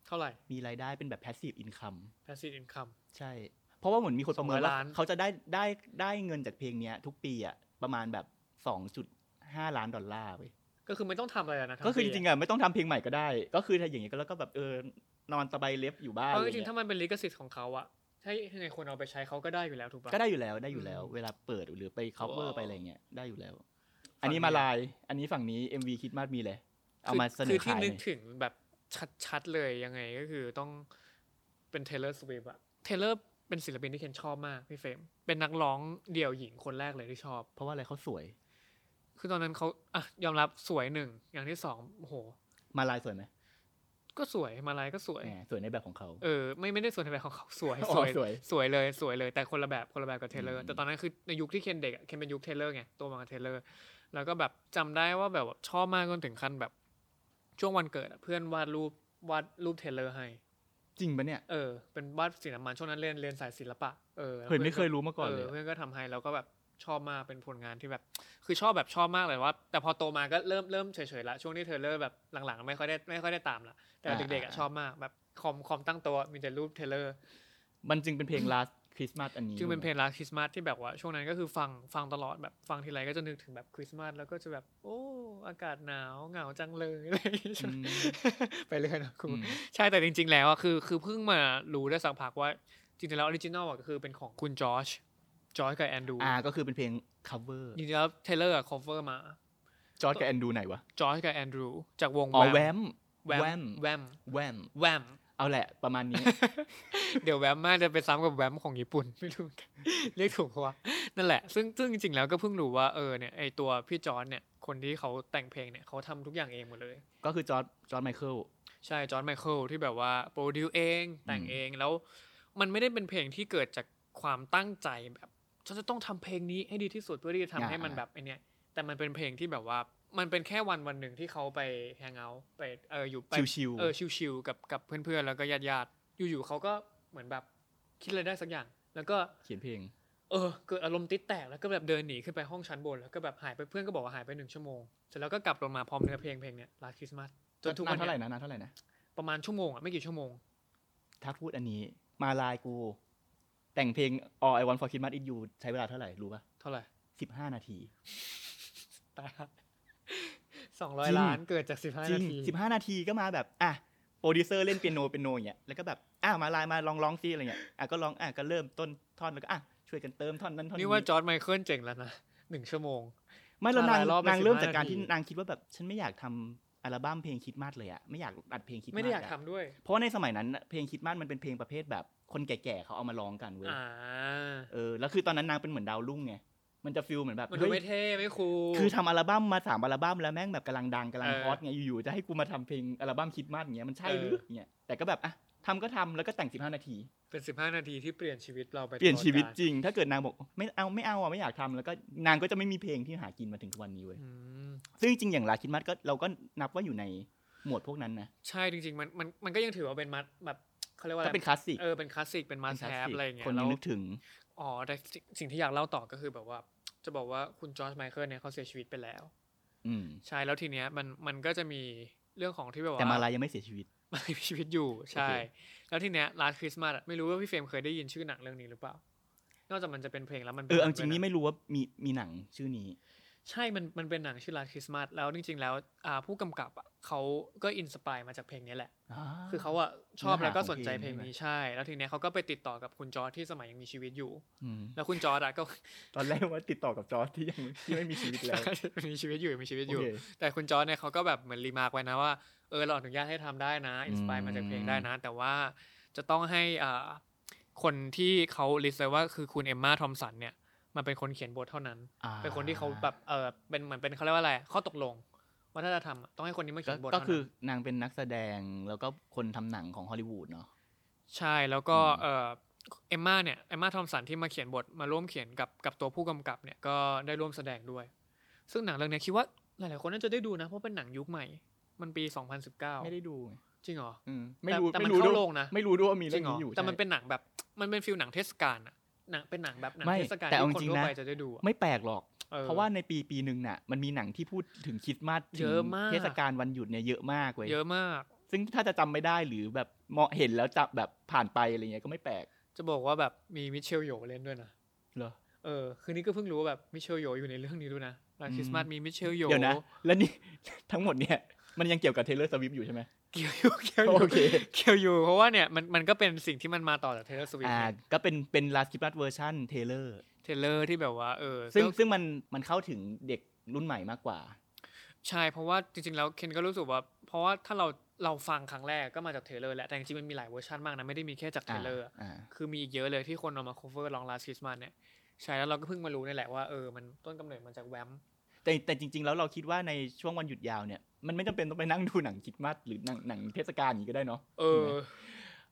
เท่าไหร่
มีรายได้เป็นแบบ passive income
passive income
ใช่ เพราะว่าเหมือนมีคนประเมินว่า
สองร้อยล้าน
เขาจะได้ได้ได้เงินจากเพลงเนี้ยทุกปีอ่ะประมาณแบบสองจุดห้าล้านดอลลาร์เว้ย
ก็คือไม่ต้องทำอะไรแล้วนะ
ก็คือจริงๆอ่ะไม่ต้องทำเพลงใหม่ก็ได้ ก็คือถ้าอย่างนี้ก็แล้วก็แบบเออนอนสบายเล็บอยู่บ้าน
เอา
อะไร
จริง
เงี้
ๆถ้ายมันเป็นลิขสิทธิ์ของเขาอะถ้ายังไงคนเอาไปใช้เขาก็ได้อยู่แล้วถูกปะ
ก็ได้อยู่แล้วได้อยู่แล้ว
อืม
เวลาเปิดหรือไป
ว้า
cover
ว
ไปอะไรเงี้ยได้อยู่แล้ว อันนี้
ฝั่งนี้
มาลาย อันนี้ฝั่งนี้ MV คิดมาดมีเลย เอามาเสน
คือ อที่
ขายห
นึ
น่
ก
อย
ถึงแบบชัดๆเลยยังไงก็คือต้องเป็น Taylor Swift อะ Taylor เป็นศิลปินที่เคนชอบมากพี่เฟรมเป็นนักร้องเดี่ยวหญิงคนแรกเลยที่ชอบ
เพราะว่าอะไรเขาสวย
คือตอนนั้นเขาอ่ะยอมรับสวยหนึ่ง อย่างที่สองโอ้โห
มาลายสวยไหม
ก็สวยมาลายก็สวย
แหมสวยในแบบของเขา
เออไม่ไม่ได้สวยในแบบของเขาสวย
อ๋อ
สวย
สวย
สวยเลยสวยเลยแต่คนละแบบคนละแบบกับเทเลอร์
อืม
แต่ตอนนั้นคือในยุคที่เคนเด็กอะเคนเป็นยุคเทเลอร์ไงตัวมากับเทเลอร์แล้วก็แบบจำได้ว่าแบบชอบมากจนถึงขั้นแบบช่วงวันเกิดอะเพื่อนวาดรูปวาดรูปเทเลอร์ให้
จริงปะเนี่ย
เออเป็นวาดสีน้ำมันช่วงนั้นเรียนเรียนสายศิลปะเออแล้ว
เฮ้ยไม่เค
พื่อนก็
ยรู้มาก่อนเลย
เพื่อนก็ทำให้แล้วก็แบบชอบมากเป็นผลงานที่แบบ คือชอบแบบชอบมากเลยว่า แต่พอโตมาก็เริ่มเริ่มเฉยๆละช่วงนี้เธอเริ่มแบบหลังๆไม่ค่อยได้ไม่ค่อยได้ตามละแต่
อ่า
เด็กๆอะ
อ่า
ชอบมากแบบคอมคอมตั้งตัวมีแต่รูปเทเลอร์
มันจึงเป็นเพลง last Christmas อันนี้
จึงเป็นเพล
ถูกไหม
งลาคริสต์มาสที่แบบว่าช่วงนั้นก็คือฟังฟังตลอดแบบฟังทีไรก็จะนึกถึงแบบคริสต์มาสแล้วก็จะแบบ โอ้อากาศหนาวเหงาจังเลยอะไรอย่างเงี้ยใช่ไหมไปเรื่อยนะคุ
อื
ณ
ม
[LAUGHS] ใช่แต่จริง ๆ แล้วอะคือคือเพิ่งมารู้ได้สักพักว่าจริงๆแล้วออริจินอลอะก็คือเป็นของคุณจอชจอชกับแอนดู
อ่าก็คือเป็นเพลง cover
จริงๆแล้วเทเลอร์อะ cover มา
จอร์ดกับแอนดูไหนวะ
จอร์จกับแอนดรูว์จากวง
อ๋อแวม
แวมแวม
แวม
แวม
เอาแหละ ประมาณนี้
[LAUGHS] เดี๋ยวแวมมากจะไปซ้ำกับแวมของญี่ปุ่น [LAUGHS] ไม่รู้เหมือนกันเรียกถูกปะวะนั่นแหละ ซึ่งซึ่งจริงๆแล้วก็เพิ่งรู้ว่าเออเนี่ยไอตัวพี่จอร์จเนี่ยคนที่เขาแต่งเพลงเนี่ยเขาทำทุกอย่างเองหมดเลย
ก็คือจอร์ดจอร์ดไมเคิล
ใช่จอร์จไมเคิลที่แบบว่าโปรดิวเอง แต่ง
อืม
เองแล้ว มันไม่ได้เป็นเพลงที่เกิดจากความตั้งใจแบบฉันจะต้องทำเพลงนี้ให้ดีที่สุดเพื่อที่จะทำให้มันแบบไอเนี้ยแต่มันเป็นเพลงที่แบบว่ามันเป็นแค่วันวันหนึ่งที่เขาไปแฮงเอาท์ไปเอออยู่ไป
ชิว
เออชิลๆกับกับเพื่อนๆแล้วก็ญาติๆอยู่ๆเขาก็เหมือนแบบคิดอะไรได้สักอย่าง แล้วก็
ๆเขียนเพลง
เออเกิดอารมณ์ติดแตกแล้วก็แบบเดินหนีขึ้นไปห้องชั้นบน แล้วก็แบบหายไปเพื่อนก็บอกว่าหายไปหนึ่งชั่วโมงเสร็จแล้วก็กลับลงมาพร้อมเนื้อเพลงเพลงเนี้ยลาคริสต์มาสจ
จ
น
น
ทุ
ทุ
ก
ก
วั
วัน นเท่า
เนี้
ย ไหร่นะนานเท่าไหร่นะ
ประมาณชั่วโมงอ่ะไม่กี่ชั่วโมง
ถ้าพูดอันนี้มาลายกู แต่งเพลง All I Want for Christmas is You ใช้เวลาเท่าไหร่ รู้ปะ
เท่าไหร่
สิบห้านาที
ตายสองร้อย
จริง
ล้านเกิดจากสิบห้า
จริ
นาง ที
สิบห้านาทีก็มาแบบ อ่ะ โปรดิวเซอร์เล่นเปียโนเปียโนอย่างเงี้ยแล้วก็แบบ อ่ะมาลายมาลองร้องซิอะไรเงี้ยอ่ะก็ร้องอ่ะก็เริ่มต้นท่อนแล้วก็อ่ะช่วยกันเติมท่อนนั้นท่อนนี้
นี่ว่าจอร์ดไมเคิลเจ๋งแล้วนะหนึ่งชั่วโมง
ไม่แล้วนาง
มาลายรอบละ
นางเริ่ม
15
จากการที่
นาที
นางคิดว่าแบบฉันไม่อยากทำอัลบั้มเพลงคริดมาสเลยอะไม่อยากอัดเพลงคริดมาส
ไม่ได้อยาก
ะ
ทำด้วย
เพราะว่าในสมัยนั้นน่ะเพลงคริดมาสมันเป็นเพลงประเภทแบบคนแก่ๆเขาเอามาร้องกันเว้ย
อ่า
เออแล้วคือตอนนั้นนางเป็นเหมือนดาวรุ่งไงมันจะฟิลเหมือนแบบ
มันดู
เฮ้
ไม่
ย
เท่ไม่คูล
คือทำอัลบั้มมาสามอัลบั้มแล้วแม่งแบบกำลังดังกำลัง
เออ
ฮอตไงอยู่ๆจะให้กูมาทำเพลงอัลบั้มคริดมาสอย่างเงี้ยมันใช่
เออ
หรืออย่างเงี้ยแต่ก็แบบอ่ะทำก็ทำแล้วก็แต่ง 15 นาที
เป็นสิบห้านาทีที่เปลี่ยนชีวิตเราไป
เปลี่ยน
ตลอด
ชีวิต
กาล
จริง ถ้าเกิดนางบอกไม่เอาไม่เอาอ่ะไม่อยากทำแล้วก็นางก็จะไม่มีเพลงที่หากินมาถึงทุกวันนี้เว้ย
อืม
ซึ่งจริงๆอย่างลาคริดมาสก็เราก็นับว่าอยู่ในหมวดพวกนั้นนะ
ใช่จริง ๆ มันมันมันก็ยังถือว่าเป็นมัดแบบเขาเรียกว่าอะ
ก็
ไร
เป็นคลาสสิก
เออเป็นคลาสสิกเป็นมั
เป็
ส
นคลาส
แทบ
สิก
อะไรอย่างเงี้ย
คน
แล้
ยั
ว
งนึกถึง
อ๋อแต่สิ่งสิ่งที่อยากเล่าต่อก็คือแบบว่า จะบอกว่าคุณจอร์จไมเคิลเนี่ยเขาเสียชีวิตไปแล้ว
อืม
ใช่แล้วทีเนี้ยมันมันก็จะมีเรื่องของที่แบบว่า
แต่มาลายยังไม่เสียชีวิต
มันมีชีวิตอยู่ใช่
โอเค
แล้วทีเนี้ยลาสคริสต์มาสไม่รู้ว่าพี่เฟรมเคยได้ยินชื่อหนังเรื่องนี้หรือเปล่า นอกจากมันจะเป็นเพลงแล้วมันป็
เออเอา
ห
จ
ด้วย
ริงนี่ไม่รู้ว่ามีมีหนังชื่อนี้
ใช่มันมันเป็นหนังชื่อลาสคริสต์มาสแล้วจริง ๆ แล้วอ่าผู้กำกับอ่ะเขาก็อินสปายมาจากเพลงนี้แหละ คือเขาอ่ะชอบ
เนื้อหา
แล้ว
ข
ก็
อง
สนใจ
เพ
เพ
ล
ล
ง
ง
ใช่ไหม
นี้ใช่ แล้วทีเนี้ยเขาก็ไปติดต่อกับคุณจอร์จที่สมัยยังมีชีวิตอยู่
ม
แล้วคุณจอร์จอะก็
ตอนแรกว่าติดต่อกับจอร์จที่ยังที่ไม่มีชีวิตแล้ว
[LAUGHS] มีชีวิตอยู่มีชีวิตอยู่
โอเค
แต่คุณจอร์จเนี่ยเขาก็แบบเหมือนรีมาร์กไว้นะว่าเออเราอนุญาตให้ทำได้นะอินสปาย
อืม
มาจากเพลงได้นะ แต่ว่าจะต้องให้อ่าคนที่เขาลิสต์ไว้ว่าคือคุณเอมมาทอมสันเนี่ยมันเป็นคนเขียนบทเท่านั้น
อ่า
เป็นคนที่เขาแบบเออเป็นเหมือนเป็นเขาเรียกว่าอะไรข้อตกลง ว่าถ้าจะทำอะต้องให้คนนี้มา
ก็
เขียนบท
ก็
เท่านั้น
คือนางเป็นนักแสดงแล้วก็คนทำหนังของฮอลลีวูดเนาะ
ใช่แล้วก็
อืม
เออเอมมาเนี่ยเอมมาทอมสันที่มาเขียนบทมาร่วมเขียนกับกับตัวผู้กำกับเนี่ยก็ได้ร่วมแสดงด้วย ซึ่งหนังเรื่องเนี้ยคิดว่าหลายๆคนน่าจะได้ดูนะเพราะเป็นหนังยุคใหม่ มันปี 2019
ไม่ได้ดูไง
จริงเหรอ
อืม
แต่
ไม่รู้
แต่มัน
ไม่รู้
เข้า
ด้วย
โรงนะ
ไม่รู้ด้วยว่ามี
จ
เรื่
ริ
อง ง
เหรอ
นี้อยู่
แต่มัน
ใช่
เป็นหนังแบบมันเป็นฟิลหนังเทศกาลอะหนังเป็นหนังแบบหนัง
ไม่
เทศกาล
แต่เอา
ที่ค
จ
น
ริง
ทั่
ๆ
ว
นะ
ไปจะได้ดูอะ
ไม่แปลกหรอก
ออ
เพราะว่าในปีปีหนึ่งน่ะมันมีหนังที่พูดถึงคริสต์มาสถึง
เยอะมาก
เทศกาลวันหยุดเนี่ยเยอะมากเว้ย
เยอะมาก
ซึ่งถ้าจะจำไม่ได้หรือแบบเหมาะเห็นแล้วจับแบบผ่านไปอะไรเงี้ยก็ไม่แปลก
จะบอกว่าแบบมีมิเชลโยเล่นด้วยนะ
เหรอ
เออคือนี่ก็เพิ่งรู้ว่าแบบมิเชลโยอยู่ในเรื่องนี้ด้วยนะหลังคริสต์มาส
อืม
มีมิเชลโย
เดี๋ยวนะ แล้วนี่ [LAUGHS] ทั้งหมดเนี่ยมันยังเกี่ยวกับเทเลอร์สวิฟอยู่ใช่ไหม
เกี่ยวอยู่ [LAUGHS] เกี่ยวอยู่
โอเค
เกี่ยวอยู่เพราะว่าเนี่ยมันมันก็เป็นสิ่งที่มันมาต่อจากเทเลอร์สวิฟ
อ่าก็เป็นเป็นลาสคิปลัสเวอร์ชันเทเลอร์
เทเลอร์ที่แบบว่าเออ
ซึ่ง
ก็
ซึ่งมันมันเข้าถึงเด็กรุ่นใหม่มากกว่า
ใช่เพราะว่าจริงๆแล้วเคนก็รู้สึกว่า เพราะว่าถ้าเราเราฟังครั้งแรกก็มาจากเทเลอร์แหละแต่จริงๆมันมีหลายเวอร์ชันมากนะไม่ได้มีแค่จากเทเลอร์
อ่า
คือมีอีกเยอะเลยที่คนเอามา cover ลอง last Christmas เนี่ยใช่แล้วเราก็เพิ่งมารู้นี่แหละว่าเออมันต้นกำเนิดมันจากแวม
แต่แต่จริง ๆ แล้วเราคิดว่าในช่วงวันหยุดยาวเนี่ย มันไม่จำเป็นต้องไปนั่งดูหนังคริดมาสหรือหนังหนังเทศกาลอย่างนี้ก็ได้เนาะ
เออ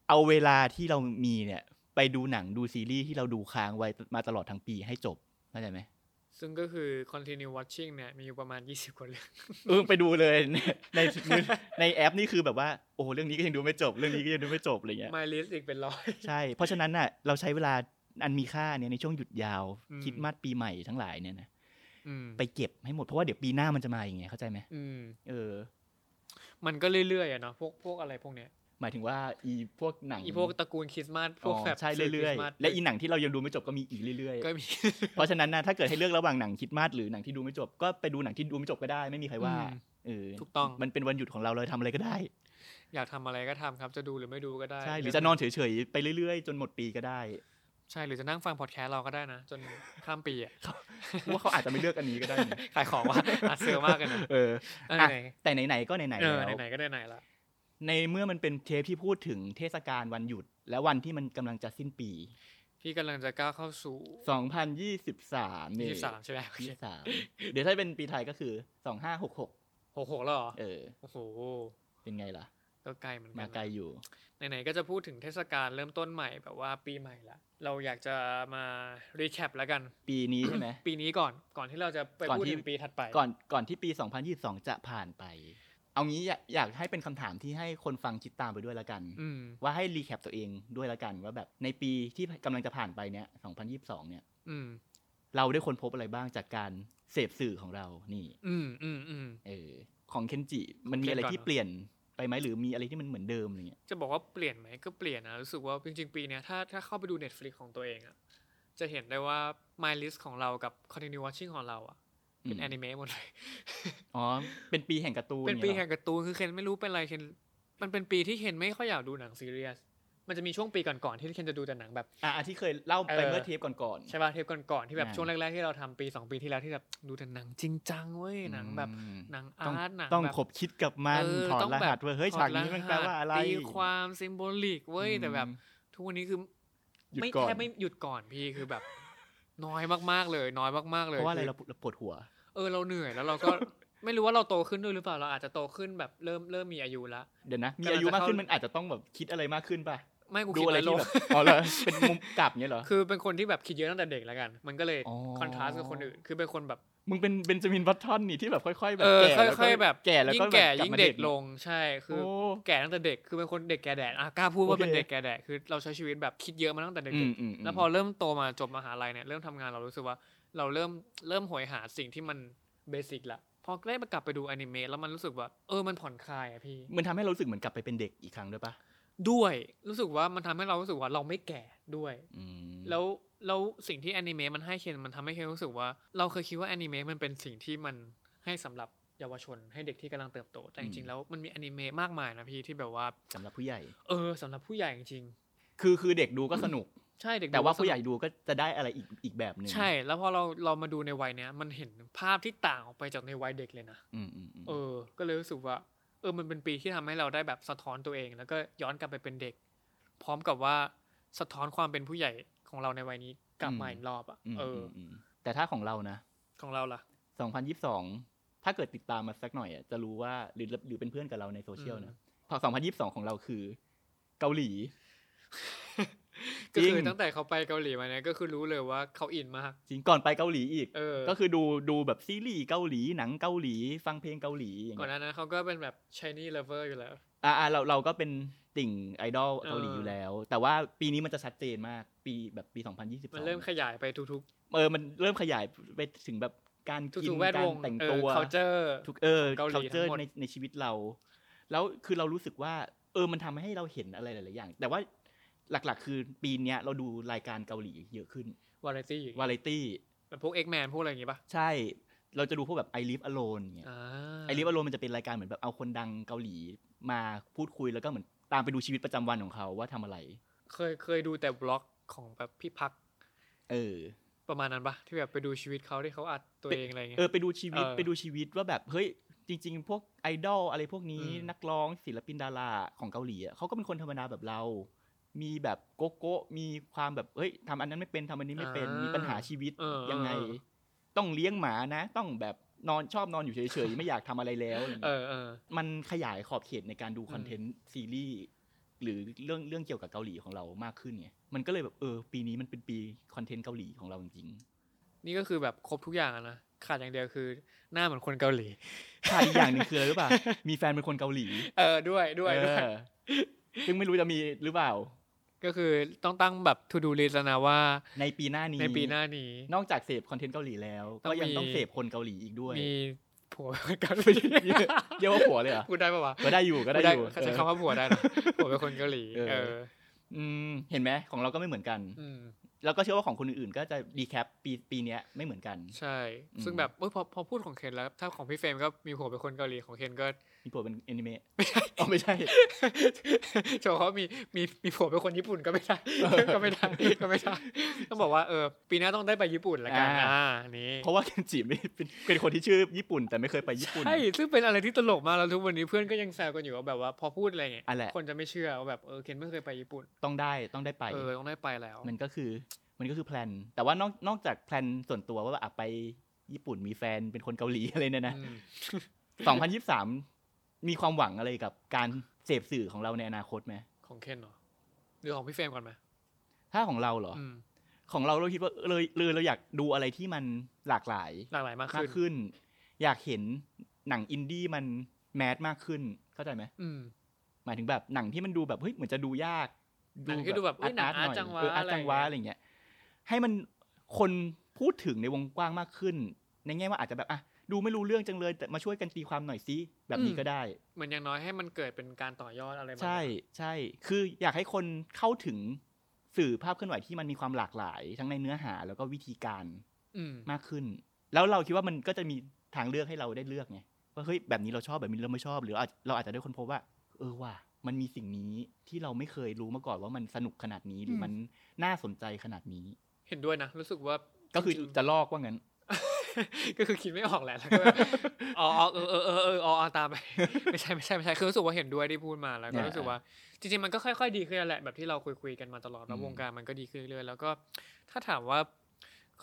เอาเวลาที่เรามีเนี่ย ไปดูหนังดูซีรีส์ที่เราดูค้างไว้มาตลอดทั้งปีให้จบเข้าใจไหม
ซึ่งก็คือ continue watching เนี่ยมีอยู่ประมาณ 20 กว่าเรื่อง
เออไปดูเลย [LAUGHS] ในในในแอปนี่คือแบบว่าโอ้เรื่องนี้ก็ยังดูไม่จบ เรื่องนี้ก็ยังดูไม่จบอะไรเงี้ย
my list อีกเป็นร้อย
ใช่ เพราะฉะนั้นน่ะเราใช้เวลาอันมีค่าเนี่ยในช่วงหยุดยาว
อืม
คริดมาสปีใหม่ทั้งหลายเนี่ยนะ
อืม
ไปเก็บให้หมดเพราะว่าเดี๋ยวปีหน้ามันจะมาอย่างเงี้ยเข้าใจไหม
อืม
เออ
มันก็เรื่อยๆอะเนาะพวกพวกอะไรพวกเนี้ย
หมายถึงว่าอีพวกหนัง
อีพวกตระกูลคริสต์มาสพวก
อ๋อ
แบบ
ใช่
สื่
เรื่อย
คสต์มาส
ๆ และอีหนังที่เรายังดูไม่จบก็มีอีกเรื่อย
ก็มี
ๆ เพราะฉะนั้นนะถ้าเกิดให้เลือกระหว่างหนังคริดมาสหรือหนังที่ดูไม่จบก็ไปดูหนังที่ดูไม่จบก็ได้ไม่มีใครว่า
อืม
เออ
ถูกต้อง
มันเป็นวันหยุดของเราเราทำอะไรก็ได้
อยากทำอะไรก็ทำครับจะดูหรือไม่ดูก็ได้
ใช่หรือจะนอนเฉยๆไปเรื่อยๆ จนหมดปีก็ได้
ใช่หรือจะนั่งฟังพอดแคสต์เราก็ได้นะ จน [LAUGHS] ข้ามปีอะ
ว่าเขาอาจจะไม่เลือกอันนี้ก็ได้ [LAUGHS] นะ
ขายของว่า [LAUGHS] อัดเซอร์มากกันนะ
เออ
อ่ะ
อ่ะ
ไหน
แต่ไหนๆก็ไหนๆ
เออ
แล้ว
ไหนๆก็ได้ไหนละ
ในเมื่อมันเป็นเทปที่พูดถึงเทศกาลวันหยุด และวันที่มันกำลังจะสิ้นปี
พี่กำลังจะก้าวเข้าสู่
2023นี่
23ใช่ไหมโอเค
[LAUGHS] 23เดี๋ยวถ้าเป็นปีไทยก็คือ 2566
หกหกแล้วเหรอ
เออ
โอ้โห
เป็นไงล่ะ
ก็ไกลเหมือนกั
มาน
นะ
ไกลอยู่
ไหนๆก็จะพูดถึงเทศกาลเริ่มต้นใหม่แบบว่าปีใหม่ละเราอยากจะมารีแคปแล้วกัน
ปีนี้ใช่ไหม
ปีนี้ก่อนก่อนที่เราจะไป
ก่อน
พูด
ที่
ถึงปีถัดไป
ก่อนก่อนที่ปี 2022 จะผ่านไป เอางี้อยากอยากให้เป็นคำถามที่ให้คนฟังคิดตามไปด้วยละกัน
อืม
ว่าให้รีแคปตัวเองด้วยละกัน ว่าแบบในปีที่กำลังจะผ่านไปเนี้ย2022 เนี่ย
อืม
เราได้ค้นพบอะไรบ้างจากการเสพสื่อของเรานี่
อืมอืมอืม
เออของเคนจิมันมีอะไรที่
เคนก่อนเหรอ
เปลี่ยนไปไหมหรือมีอะไรที่มันเหมือนเดิมอะไรเงี้ย
จะบอกว่าเปลี่ยนไหมก็เปลี่ยนนะรู้สึกว่าจริงๆปีเนี้ยถ้าถ้าเข้าไปดู Netflix ของตัวเองอะจะเห็นได้ว่า My List ของเรากับ Continue Watching ของเราอะเป็น
ม
แอนิเมะหมดเลย
อ๋อ เป็นปีแห่งการ์ตูน
เป็นปี
ยรอ
แห่งการ์ตูนคือเคนไม่รู้เป็นอะไรเคนมันเป็นปีที่เคนไม่ค่อยอยากดูหนังซีเรียสมันจะมีช่วงปีก่อนๆที่เคนจะดูแต่หนังแบบ
อ่ะอ่ะที่เคยเล่าไป
เออ
เมื่อเทปก่อนๆ
ใช่ป่ะเทปก่อนๆที่แบบ
อ่า
ช่วงแรกๆที่เราทำปี 2 ปีที่แล้วที่แบบดูแต่หนังจริงจังเว้ยหนังแบบ
อืม
หนัง
ต้อ
อางร์ตหนัง
ต้อง
แบบ
ขบคิดกับมัน
เ
ถอด
ต้ง
ร
แบ
หั
บ
สว่าเฮ้ย
ถอด
ฉากนี้มันแปล
รหัส
ว่าอะไร
ตีความซิมโบลิกเว้ยแต่แบบ
อืม
ทุกวันนี้คือ
หยุด
ไม่
ก่อน
แทบไม่หยุดก่อนพี่คือแบบ [LAUGHS] น้อยมากๆเลย น้อยมากๆเล
เพ
ย
ราะว่าอะไร
คือ
เราปวดเราปวดหัว
เออเราเหนื่อยแล้วเราก็ [LAUGHS] ไม่รู้ว่าเราโตขึ้นด้วยหรือเปล่าเราอาจจะโตขึ้นแบบเริ่มเริ่มมีอายุละ
เดี๋ยวนะ มี
กำลัง
อายุมากขึ้น
จะเข้ามั
มันอาจจะต้องแบบคิดอะไรมากขึ้นป่ะ
ไม่กู
ดู
คิด
อะไร
น้อยล
ที่
ง
แบบอ๋อ
[LAUGHS]
เหรอเป็นมุมกลับเนี้ยเหรอ
คือเป็นคนที่แบบคิดเยอะตั้งแต่เด็กแล้วกัน มันก็เลย
อ๋อ
คอนทราสต์กับคนอื่นคือเป็นคนแบบ
มึงเป็นเบนจามินบัตตันนี่ที่แบบค่อยๆแบบ
เออ
แก่แล้วก็
ค่อยๆแบบ
แก่แล้ว
ยิ่
ก็
งแก่
บบลับ
ยิ่ง
มา
เด็กล
นี่ย
งใช่คือ
โอ้
แก่ตั้งแต่เด็กคือเป็นคนเด็กแก่แดดอ่ะกล้าพูดว่า
โอเค
เป็นเด็กแก่แดดคือเราใช้ชีวิตแบบคิดเยอะมาตั้งแต่
อื
เด็
ม
ก
อืม
ๆแล้วพอเริ่มโตมาจบมหาลัยเนี่ยเริ่มทำงานเรารู้สึกว่า เราเริ่มเริ่มโหอยหาสิ่งที่มันเบสิกละพอได้มากลับไปดูอนิเมะแล้วมันรู้สึกว่าเออมันผ่อนคลายอะพี่
มันทำให้เรารู้สึกเหมือนกลับไปเป็นเด็กอีกครั้งด้วยป่ะ
ด้วยรู้สึกว่ามันทำให้เรารู้สึกว่าเราไม่แก่ด้วย
อืม
แล้วแล้วสิ่งที่แอนิเมะมันให้เคนมันทำให้เคนรู้สึกว่า เราเคยคิดว่าแอนิเมะมันเป็นสิ่งที่มันให้สำหรับเยาวชนให้เด็กที่กำลังเติบโต แต่
อืม
จริงๆแล้วมันมีแอนิเมะมากมายนะพี่ที่แบบว่า
สำหรับผู้ใหญ่
เออสำหรับผู้ใหญ่จริง
คือคือเด็กดูก็สนุก
ๆใช่เด็ก
แต่ว่า
ดูสนุก
ผู้ใหญ่ดูก็จะได้อะไรอีกอีกแบบหนึ่ง
ใช่ แล้วพอเราเรามาดูในวัยเนี้ยมันเห็นภาพที่ต่างออกไปจากในวัยเด็กเลยนะ
อืมอืมอืม
เออ ก็เลยรู้สึกว่า เออมันเป็นปีที่ทำให้เราได้แบบสะท้อนตัวเอง แล้วก็ย้อนกลับไปเป็นเด็ก พร้อมกับว่าสะท้อนความเป็นผู้ใหญ่ของเราในวัยนี้กลับมาอีกรอบอ่ะ
ม
เอออ
มมแต่ถ้าของเรานะ
ของเราล่ะ
2022 ถ้าเกิดติดตามมาสักหน่อยอะจะรู้ว่าหรือหรือเป็นเพื่อนกับเราในโซเชียลนะพอ2022 ของเราคือเกาหลี
ก็
จ
คื
ริ
อง ตั้งแต่เขาไปเกาหลีมาเนี่ยก็คือรู้เลยว่าเขาอินมาก
จริงก่อนไปเกาหลีอีก
เออ
ก็คือดูดูแบบซีรีส์เกาหลีหนังเกาหลี ฟังเพลงเกาหลีอย่าง
ก่อนห
เงี้ย
น้านั้นเขาก็เป็นแบบ Chinese lover อยู่แล้ว
อ่าอ่าเราเราก็เป็นติ่งไอดอลเกาหลีอ
เอออ
ยู่แล้ว แต่ว่าปีนี้มันจะชัดเจนมากปีแบบปี 2022
มันเริ่มขยายไปทุกๆทุก
เออ มันเริ่มขยายไปถึงแบบการ
ทุก
กิน
แวด
กาว รง แต่ง
เอ
ตั
อ
ว
culture
ทุกเออ
เกาหลี
culture
ทั้งหมด
ในในชีวิตเรา แล้วคือเรารู้สึกว่า เออ มันทำให้เราเห็นอะไรหลาย ๆ อย่าง แต่ว่าหลัก ๆ คือปีเนี้ยเราดูรายการเกาหลีเยอะขึ้น
variety
วาไรตี้
แบบพวก X-Man พวกอะไรอย่างงี้ป่ะ
ใช่ เราจะดูพวกแบบ I Live Alone เนี่ย
อ่า
ไอริฟอโรมันจะเป็นรายการเหมือนแบบเอาคนดังเกาหลีมาพูดคุยแล้วก็เหมือนตามไปดูชีวิตประจำวันของเขาว่าทำอะไร
เคยเคยดูแต่บล็อกของแบบพี่พัก
เออ
ประมาณนั้นป่ะ ที่แบบไปดูชีวิตเขาที่เขาอัดตัวเองอะไรอย่างเงี้
เอย อไปดูชีวิต
เออ
ไปดูชีวิตว่าแบบเฮ้ยจริง ๆ พวกไอดอลอะไรพวกนี้
อืม
นักร้องศิลปินดาราของเกาหลีอะเขาก็เป็นคนธรรมดาแบบเรา มีแบบโกโก้มีความแบบเฮ้ยทำอันนั้นไม่เป็นทำอันนี้ไม่เป็นมีปัญหาชีวิต
เออ
ยังไง
เออ
ต้องเลี้ยงหมานะ ต้องแบบ นอนชอบนอนอยู่เฉยๆ ไม่อยากทำอะไรแล้วอะไร
เอ
เงี้ย
อเออ
มันขยายขอบเขตในการดูคอนเทนต์ซีรีส์หรือเรื่องเรื่องเกี่ยวกับเกาหลีของเรามากขึ้นไงมันก็เลยแบบเออปีนี้มันเป็นปีคอนเทนต์เกาหลีของเราจริง
นี่ก็คือแบบครบทุกอย่างอะนะขาดอย่างเดียวคือหน้าเหมือนคนเกาหลี
ๆขาดอีกอย่างหนึ่งคืออะไรรู้ป่ะมีแฟนเป็นคนเกาหลี
เออด้วยด้วยด้วย
เออซึ่งไม่รู้จะมีหรือเปล่า
ก็คือต้องตั้งแบบ to do list แล้วนะว่า
ในปีหน้านี้
ในปีหน้านี้
นอกจากเสพคอนเทนต์เกาหลีแล้ว
ต้อง
ก็ยัง
มี
ต้องเสพคนเกาหลีอีกด้วย
มีผัวเป็นคนเกาหลี
[LAUGHS] เรียกว่าผัวเลยเหรอ
พูดได้ปะวะ
ก็ได้อยู่ก็ได้อยู่
ใช้
เออ
คำว่าผัวได้
[LAUGHS]
นะผัวเป็นคนเกาหลี
เออ
เออ
อืมเห็นไหมของเราก็ไม่เหมือนกัน
อืม
แล้วก็เชื่อว่าของคนอื่นๆ ก็จะดีแคปปีปีเนี้ยไม่เหมือนกัน
ใช่
อืม
ซึ่งแบบเอยพอพอพูดของเคนแล้ว ถ้าของพี่เฟรมก็มีผัวเป็นคนเกาหลีของเคนก็
มีผัวเป็นแอนิเมะอ๋อไม่ใช่
โชว์ [LAUGHS] เขามีมีมีผัวเป็นคนญี่ปุ่นก็ไม่ได้ [LAUGHS] ก็ไม่ได้ก็ไม่ได้ ต้องบอกว่าเออปีหน้าต้องได้ไปญี่ปุ่นละกัน
อ่า
อ่านี่
เพราะว่าเคนจิไม่เป็นเป็นคนที่ชื่อญี่ปุ่น แต่ไม่เคยไปญี่ปุ่น
ใช่ซึ่งเป็นอะไรที่ตลกมากแล้วทุกวันนี้เพื่อนก็ยังแซวกันอยู่ว่าแบบว่าพอพูดอะไรเงี้ย
อ่ะแหละ
คนจะไม่เชื่อว่าแบบเออเคนไม่เคยไปญี่ปุ่น
ต้องได้ต้องได้ไป
เออต้องได้ไปแล้ว
มันก็คือมันก็คือแพลน แต่ว่านอกนอกจากแพลนส่วนตัวว่าแบบอ่ะไปญี่ปุ่นมีแฟนเป็นคนเกาหลี อะไรเนี่ยนะ
อืม
[LAUGHS] สองพันยี่สิบสามมีความหวังอะไรกับการเสพสื่อของเราในอนาคตไหม
ของเคนเหรอหรือของพี่เฟรมก่อนไหม
ถ้าของเราเหรอ
อืม
ของเราเราคิดว่าเลยเลยเราอยากดูอะไรที่มันหลากหลาย
หลากหลายมาก
มา
ขึ้
ก
น
ขึ้น อยากเห็นหนังอินดี้มันแมสมากขึ้นเข้าใจไหม
อืม
หมายถึงแบบหนังที่มันดูแบบเฮ้ยเหมือนจะดูยาก
หนังที่ดูแบบเอ้ยหนังอาร์ตจังวะ
เอออาร์ต
อะไร
จังวะ
อย่างเงี้ย
อะไรเงี้ยให้มันคนพูดถึงในวงกว้างมากขึ้น ในแง่ว่าอาจจะแบบอ่ะดูไม่รู้เรื่องจังเลย แต่มาช่วยกันตีความหน่อยซิแบบนี้ก็ได้
เหมือนอย่างน้อยให้มันเกิดเป็นการต่อยอดอะไรบางอย่าง
ใช่ใช่ คืออยากให้คนเข้าถึงสื่อภาพเคลื่อนไหวที่มันมีความหลากหลาย ทั้งในเนื้อหาแล้วก็วิธีการ
อืม
มากขึ้น แล้วเราคิดว่ามันก็จะมีทางเลือกให้เราได้เลือกไงว่าเฮ้ยแบบนี้เราชอบแบบนี้เราไม่ชอบ หรืออาจเราอาจจะได้คนพบว่า เออว่ะมันมีสิ่งนี้ที่เราไม่เคยรู้มาก่อนว่ามันสนุกขนาดนี้หรือ
ม
มันน่าสนใจขนาดนี้
เห็นด้วยนะ รู้สึกว่า
ก็คือ
จริงๆ
จะลอกว่างั้น
[LAUGHS] ก็คือคิดไม่ออกแหละแล้วก็แบบอ๋ออ๋อเออเออเออเอออ๋ออ๋อตามไป [LAUGHS] ไม่ใช่ไม่ใช่ไม่ใช่คือรู้สึกว่าเห็นด้วยที่พูดมาแล้วก็
อ่า
รู้สึกว่า จริงๆมันก็ค่อยๆดีขึ้นแหละแบบที่เราคุยคุยๆกันมาตลอดแล้ว
อืม
วงการมันก็ดีขึ้นเรื่อยๆแล้วก็ถ้าถามว่า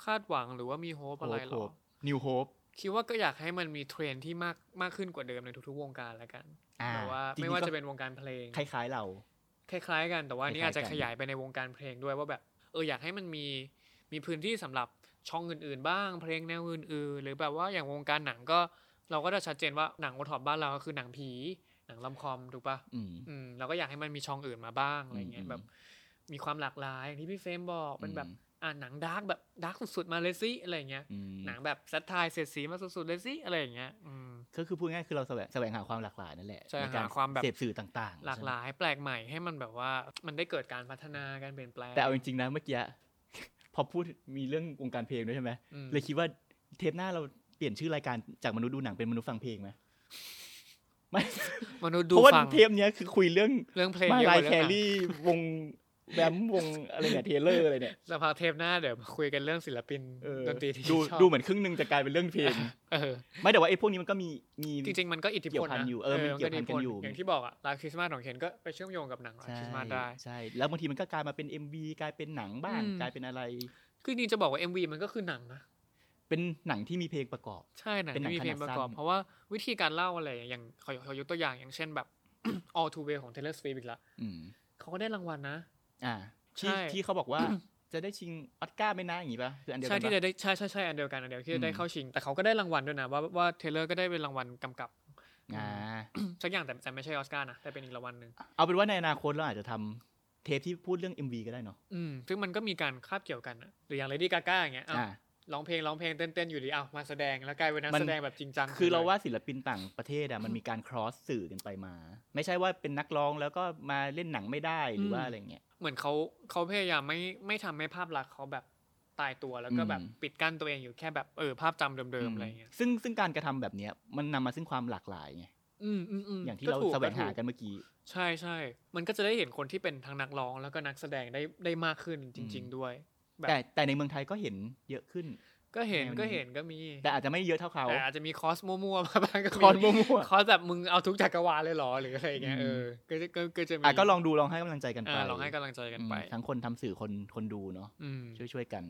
คาดหวังหรือว่ามีโฮปอะไรหร
โฮ
อ
ป New Hope
คิดว่าก็อยากให้มันมีเทรนด์ที่มากมากขึ้นกว่าเดิมในทุกๆ วงการแล้วกัน
อ่า
แบบว่า
ริงๆ
ไม่ว่า
ก็
จะเป็นวงการเพลง
คล้าย ๆ เรา
คล้ายๆกันแต่ว่านี่
ค
อา
ล้ายๆ
จจะ
กัน
ขยายไปในวงการเพลงด้วยว่าแบบเอออยากให้มันมีมีพื้นที่สำหรับช่องอื่นๆ บ้าง เพลงแนวอื่นๆ หรือแบบว่าอย่างวงการหนังก็เราก็จะชัดเจนว่าหนังโอท็อปบ้านเราก็คือหนังผี หนังลำคอมถูกปะ
อืม
อืมเราก็อยากให้มันมีช่องอื่นมาบ้างอะไรเงี้
อื
ย
ม
แบบมีความหลากหลายอย่างที่พี่เฟรมบอกเป็นแบบ
อืม
อ่าหนังดาร์กแบบดาร์กสุดๆมาเลยสิอะไรเงี้ย
อืม
หนังแบบซัตไทายเสียดสีมาสุดๆเลยสิอะไรอย่างเงี้ยอืม
ก็คือพูดง่ายๆคือเราแสวงแสวงหาความหลากหลายนั่นแหละ
ใช่
นกร
หาความแบบ
เสพสื่อต่างๆ
หลากหลายแปลกใหม่ให้มันแบบว่ามันได้เกิดการพัฒนาการเปลี่ยนแปลง
แต่เอาจริงๆนะเมื่อกี้ [LAUGHS] พอพูดมีเรื่องวงการเพลงด้วยใช่ไหม
อืม
เลยคิดว่าเทปหน้าเราเปลี่ยนชื่อรายการจากมนุษย์ดูหนังเป็นมนุษย์ฟังเพล
[LAUGHS]
งไหมไม่ [LAUGHS]
มนุษย์ดู
เพราะว่า
ฟัง
เทปเนี้ยคือคุยเรื่อง
เรื่องเพลง
มา
เยอะ
ลาก ย
ว่า
แค
เรื่องหนัง
รี่วงแบมวงอะไรเนี่ยเทเลอร์อะไรเนี่ย
สภาเทปหน้าเดี๋ยวมาคุยกันเรื่องศิลปิน
เออ
ดนตรีที่
ดู
ชอบ
ดูเหมือนครึ่งหนึ่งจะกลายเป็นเรื่องเพลง
[LAUGHS] เออ
ไม่แต่ว่าไอ้พวกนี้มันก็มีมี
จริง ๆ มันก็อิทธิพล
เกี่ยวพัน
นะ
อยู่เออมันเกี่ยวพันกันอยู่
มัอิทธิพลอย่างที่บอกอะลาคริสต์มาสของเคนก็ไปเชื่อมโยงกับหนังลา
ใช่
คริสต์มาสได้
ใช่แล้วบางทีมันก็กลายมาเป็น MV กลายเป็นหนังบ้าง
อืม
กลายเป็นอะไร
คือจริงๆจะบอกว่า MV มันก็คือหนังนะ
เป็นหนังที่มีเพลงประกอบ
ใช่หนัง
เป็นหนัง
ที่มีเพลง
ขนาด
ประกอบ
สั้น
เพราะว่าวิธีการเล่าอะไรอย่างขอขอยกตัวอย่างอย่างเช่นแบบ [CLEARS THROAT] All Too Well ของ Taylor Swift อีกละ
อืม
เขาก็ได้รางวัลนะ
อ่าที่
ใช่
ที่เขาบอกว่า [COUGHS] จะได้ชิงออสการ์ไหม่นะอย่างงี้ป่ะคืออันเดียว
ใช่
กัน
ที่
ปะ
จะได้ใช่ใช่ใช่อันเดียวกันอันเดียวที่
อื
จะ
ม
ได้เข้าชิง แต่เขาก็ได้รางวัลด้วยนะว่าว่าเทเลอร์ก็ได้เป็นรางวัลกำกับ [CLEARS THROAT]
อ่า
สักอย่างแต่แต่ไม่ใช่ออสการ์นะแต่เป็นอีกรางวัลหนึ่ง
เอาเป็นว่าในอนาคตเราอาจจะทำเทปที่พูดเรื่อง MV ก็ได้เนาะ
อืมซึ่งมันก็มีการคาบเกี่ยวกันอะหรืออย่าง Lady Gaga อย่างเงี้ยอ้าว
อ่า
ร้องเพลงร้องเพลงเต้นๆ อยู่ดีอ้าวมาแสดงแล้วกลายเป็นนัก
มัน
แสดงแบบจริงจัง
คือเรา
ลย
ว่าศิลปินต่างประเทศอะมันมีการ cross สื่อกันไปมา ไม่ใช่ว่าเป็นนักร้องแล้วก็มาเล่นหนังไม่ได้หรือว่าอะไรเงี้ย
เหมือนเขาเขาพยายามไม่ไม่ทำให้ภาพลักษณ์เขาแบบตายตัวแล้วก็แบบ
อืม
ปิดกั้นตัวเองอยู่แค่แบบเออภาพจำเดิมๆอะไรอย่างเงี้ย
ซึ่งซึ่งการกระทำแบบเนี้ยมันนำมาซึ่งความหลากหลายไง
อืมอืมอืม
อย่างที่
ก็
เรา
ถูก
แสวง
ถู
หากันเมื่อกี้
ใช่ใช่มันก็จะได้เห็นคนที่เป็นทั้งนักร้องแล้วก็นักแสดงได้ได้มากขึ้นจริง
อืม
ๆด้วย แบบ
แต่แต่ในเมืองไทยก็เห็นเยอะขึ้น
ก็เห็น
แนวนี้
ก็เห็นก็มี
แต่อาจจะไม่เยอะเท่าเขา
แต่อาจจะมีคอสมั่ [LAUGHS] วๆมาบ้างก็
ค
มี
อสมั่วๆ
คอสแบบมึงเอาทุกจักรวาลเลยเหรอหรืออะไรอย่างเงี้ย
อืม
เออก็จะก็ก็จะมี
อ่ะก็ลองดูลองให้กำลังใจกันไป
อ่าลองให้กำลังใจกันไป
อืมทั้งคนทำสื่อคนคนดูเนาะ
อืม
ช่วยช่วยกัน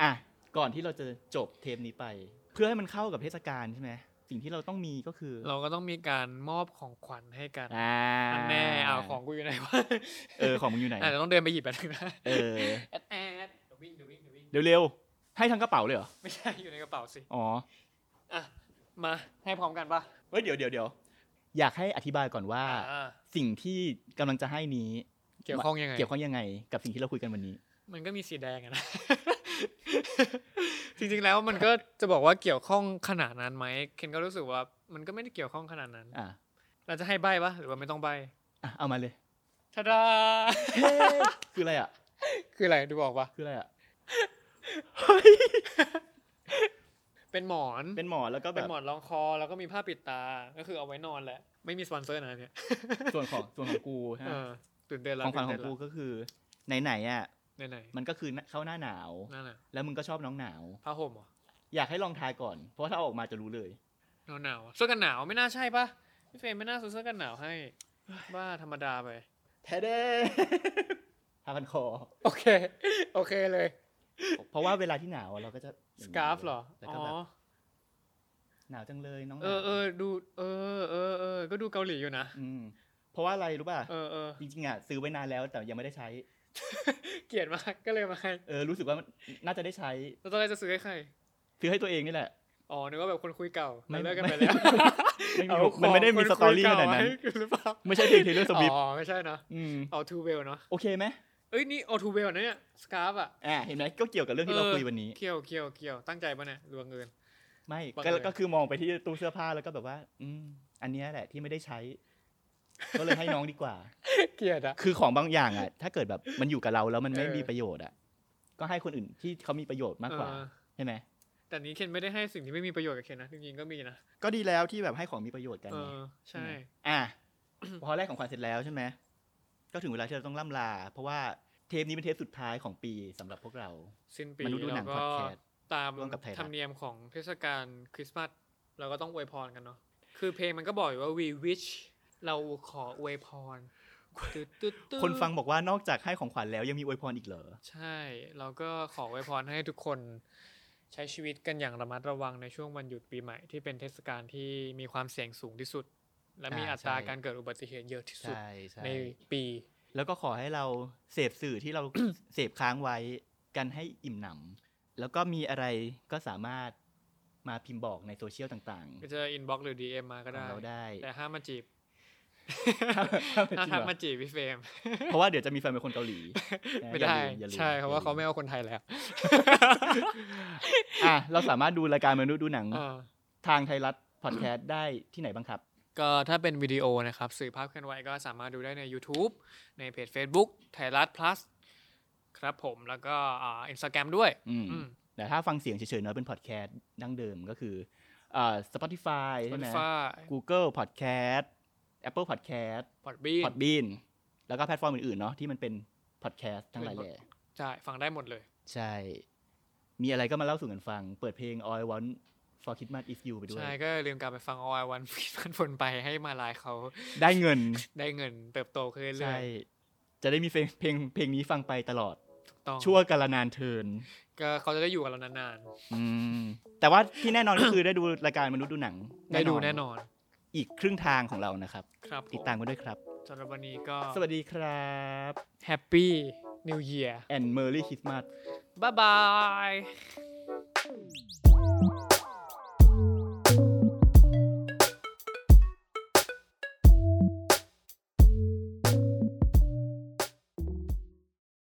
อ่ะก่อนที่เราจะจบเทปนี้ไป เพื่อให้มันเข้ากับเทศกาลใช่ไหมสิ่งที่เราต้องมีก็คือ
เราก็ต้องมีการมอบของขวัญให้กัน
อ่า
อันแน่เอาของกูอยู่ไหนวะ
เออของมึงอยู่
[LAUGHS]
ไหน
อ่ะเดี๋ยวต้องเดินไปหยิบแป๊บนึงนะ
เออ
แอดแอดเดี๋ยววิ่งเดี๋ยววิ่งเดี๋ยววิ่ง
เร็วๆให้ทั้งกระเป๋าเลยเหรอ
ไม่ใช่อยู่ในกระเป๋าสิ
อ๋อ
อ่ะมาให้พร้อมกันปะ
เฮ้ยเดี๋ยวเดี๋ยวเดี๋ยวอยากให้อธิบายก่อนว่า
อ่า
สิ่งที่กำลังจะให้นี้
เกี่ยวข้องยังไง
เกี่ยวข้องยังไง กับสิ่งที่เราคุยกันวันนี้
มันก็มีสีแดงอะนะ [LAUGHS] จริงๆแล้วมันก็จะบอกว่าเกี่ยวข้องขนาดนั้นไหมเคนก็รู้สึกว่ามันก็ไม่ได้เกี่ยวข้องขนาดนั้น
อ่ะ
เราจะให้ใบปะหรือว่าไม่ต้องใบ
อ่ะเอามาเลย
ทาดา
คืออะไรอ่ะ
[LAUGHS] คืออะไรดูบอกปะ
คืออะไรอ่ะ
เป็นหมอน
เป็นหมอนแล้วก็แบ
เป็น
บ
หมอนรองคอแล้วก็มีผ้าปิดตา ก็คือเอาไว้นอนแหละ ไม่มีสปอนเซอร์นะอันเนี่ย
ส่วนของส่วนของกูใช่ไหม
เออตื่นเต้นแล้ว
ของขวัญขอ
ตื่
ง
นเต้น
กู
แล้ว
ก็คือไหนๆอ่ะ
ไหน
มันก็คือเข้าหน้าหนาว
ๆนั่นน่ะ
แล้วมึงก็ชอบน้องหนาว
ผ้าห่มเหรอ
อยากให้ลองทายก่อน เพราะถ้าเอาออกมาจะรู้เลย
หนาวหนาวๆเสื้อกันหนาวไม่น่าใช่ปะพี่เฟรมไม่น่าซื้อเสื้อกันหนาว [SIGHS] ให้บ้าธรรมดาไป
แท้เด้ [LAUGHS] ผ้าพันคอ
โอเค [LAUGHS] โอเคเลย
เพราะว่าเวลาที่หนาวอะเราก็จะอย่
ส
งนี้
กราฟเหรอ
แล้ว
อ๋
ก็
อ
แบบหนาวจังเลยน้องหนาว
เออเออดู เออเออเออ ก็ดูเกาหลีอยู่นะ
มเพราะว่าอะไรรู้ป่ะ
เออเอ [LAUGHS] อ
จริงๆอ่ะซื้อไว้นานแล้วแต่ยังไม่ได้ใช้
เกลียดมาก ก็เลยมาให้
เออรู้สึกว่ามันน่าจะได้ใช้
แล้วตอนแรกจะซื้อให้ใคร
ซื้อให้ตัวเองนี่แหละ
อ๋อ นึกว่าแบบคนคุยเก่า
ไม่
แล้วเลิกกัน
ไม่
ไปแล้ว
ไม่มี
เอาของ
มันไม่ได้มี
ค
สต
คุย
อรี่ขนาดนั้น
เก่ให้หรือเปล่า
ไม่ใช่เพลงเทเลอร์สวิฟ
อ๋อ ไม่ใช่นะ
อืม
เอาทูเวลเนาะ
โอเคไหม
เอ้ย นี่เอาทูเวลนะเนี่ย สกราฟอ่ะ
อ่าเห็นไหมก็เกี่ยวกับเรื่องที่เรา
เออ
คุยวันนี้
เกี่ยวเกี่ยวเกี่ยวตั้งใจปะเนี่ยหรอวงเงิน
ไม่
บัง
ก็
เอิญ
ก็คือมองไปที่ตู้เสื้อผ้าแล้วก็แบบว่า อืมอันเนี้ยแหละที่ไม่ได้ใช้ ก็เลยให้น้องดีกว่า
เกลียดอ่ะ
คือของบางอย่างอ่ะ ถ้าเกิดแบบมันอยู่กับเราแล้วมันไม่
เออ
มีประโยชน์อ่ะ ก็ให้คนอื่นที่เขามีประโยชน์มากกว่า
เออ
ใช่ไหม
แต่นี้เคนไม่ได้ให้สิ่งที่ไม่มีประโยชน์กับเคนนะ จริงๆ ก็มีนะ
ก็ดีแล้วที่แบบให้ของมีประโยชน์กัน
เอ
ไง
อ ใช่
ไหมอ่ะ พอแรกของขวัญเสร็จแล้วใช่ไหมก็ถึงเวลาที่เราต้องล่ำลา เพราะว่าเทปนี้เป็นเทปสุดท้ายของปีสำหรับพวกเรา
สิ้นปี
มนุษย์ดูหนั
แล้
ง
วก็
พอดแคสต์
ตาม
ร่วมกับไทยรัฐ
ธรรมเนียมของเทศกาลคริสต์มาสเราก็ต้องอวยพรกันเนาะคือเพลงมันก็บอกอยู่ว่า we wish เราขออวยพรตึ๊ดตึ๊ดตึ๊ด
คนฟังบอกว่านอกจากให้ของขวัญแล้วยังมีอวยพรอีกเหรอ
ใช่ เราก็ขออวยพรให้ทุกคน ใช้ชีวิตกันอย่างระมัดระวังในช่วงวันหยุดปีใหม่ที่เป็นเทศกาลที่มีความเสี่ยงสูงที่สุด และมี
อ่า
อัตรา
ใช่
การเกิดอุบัติเหตุเยอะที่สุด
ใช่ใช่
ในปี
แล้วก็ขอให้เราเสพสื่อที่เรา [COUGHS] เสพค้างไว้กันให้อิ่มหนำ แล้วก็มีอะไรก็สามารถมาพิมพ์บอกในโซเชียลต่าง
ก็จะ inbox หรือ DM มา
ๆ
ก็
ขอ
ได้
งเราได้
แต่ห้ามมาจีบ
ห้ามมาจีบเหรอ
ห้ามมาจีบพี่เฟรม
[LAUGHS] เพราะว่าเดี๋ยวจะมีแฟนเป็นคน
[LAUGHS]
เกาหลีนะ
ไม่ได้
อย่าลือย่ลืม
ใช่เพราะว่า
อย่ลืม
เขาไม่เอาคนไทยแล้ว
อ่ะเราสามารถดูรายการมนุษย์ดูหนัง
เออ
ทางไทยรัฐพอดแคสต์ได้ที่ไหนบ้างครับ
ก็ถ้าเป็นวิดีโอนะครับ สื่อภาพเคลื่อนไหวก็สามารถดูได้ใน YouTube ในเพจ Facebook ไทยรัฐ plus ครับผมแล้วก็อินสตาแกรมด้วย
อืม
อืม
แต่ถ้าฟังเสียงเฉยๆเนอะเป็นพอดแคสต์ดั้งเดิมก็คืออ่า Spotify ใช่ไหม
Spotify
Google Podcast Apple Podcast
Podbean
พอดบีนแล้วก็แพลตฟอร์มอื่นๆเนาะที่มันเป็นพอดแคสต์ทั้งหลาย
เป็
แห
น
ละ
ใช่ฟังได้หมดเลย
ใช่ มีอะไรก็มาเล่าสู่กันฟัง เปิดเพลง All I Want for Christmas is You ไปด้วย
ใช่ก็อย่าลืมกลับไปฟังออย [LAUGHS] วันพีฟันฝนไปให้มาลายเขา
ได้เงิน
ได้เงินเติบโตขึ้นเรื่
ใช่
อย
จะได้มีเพลงเพลงเพลงนี้ฟังไปตลอด
ๆถูกต้อง
ชั่วกาลนานเทิน
ก็เขาจะได้อยู่กับเรานาน
อืมแต่ว่าที่แน่น [COUGHS] อนก็คือ ได้ดูรายการมนุษย์ดูหนัง
ๆได้ดูแน่นอน
อีกครึ่งทางของเรานะครับ
ครับ
ติดตามกันด้วยครับ
สำหรับวันนี้ก็
สวัสดีครับ
แฮปปี้นิวเยียร์
แอนเมอร์รี่คริสต์มาส
บ๊ายบาย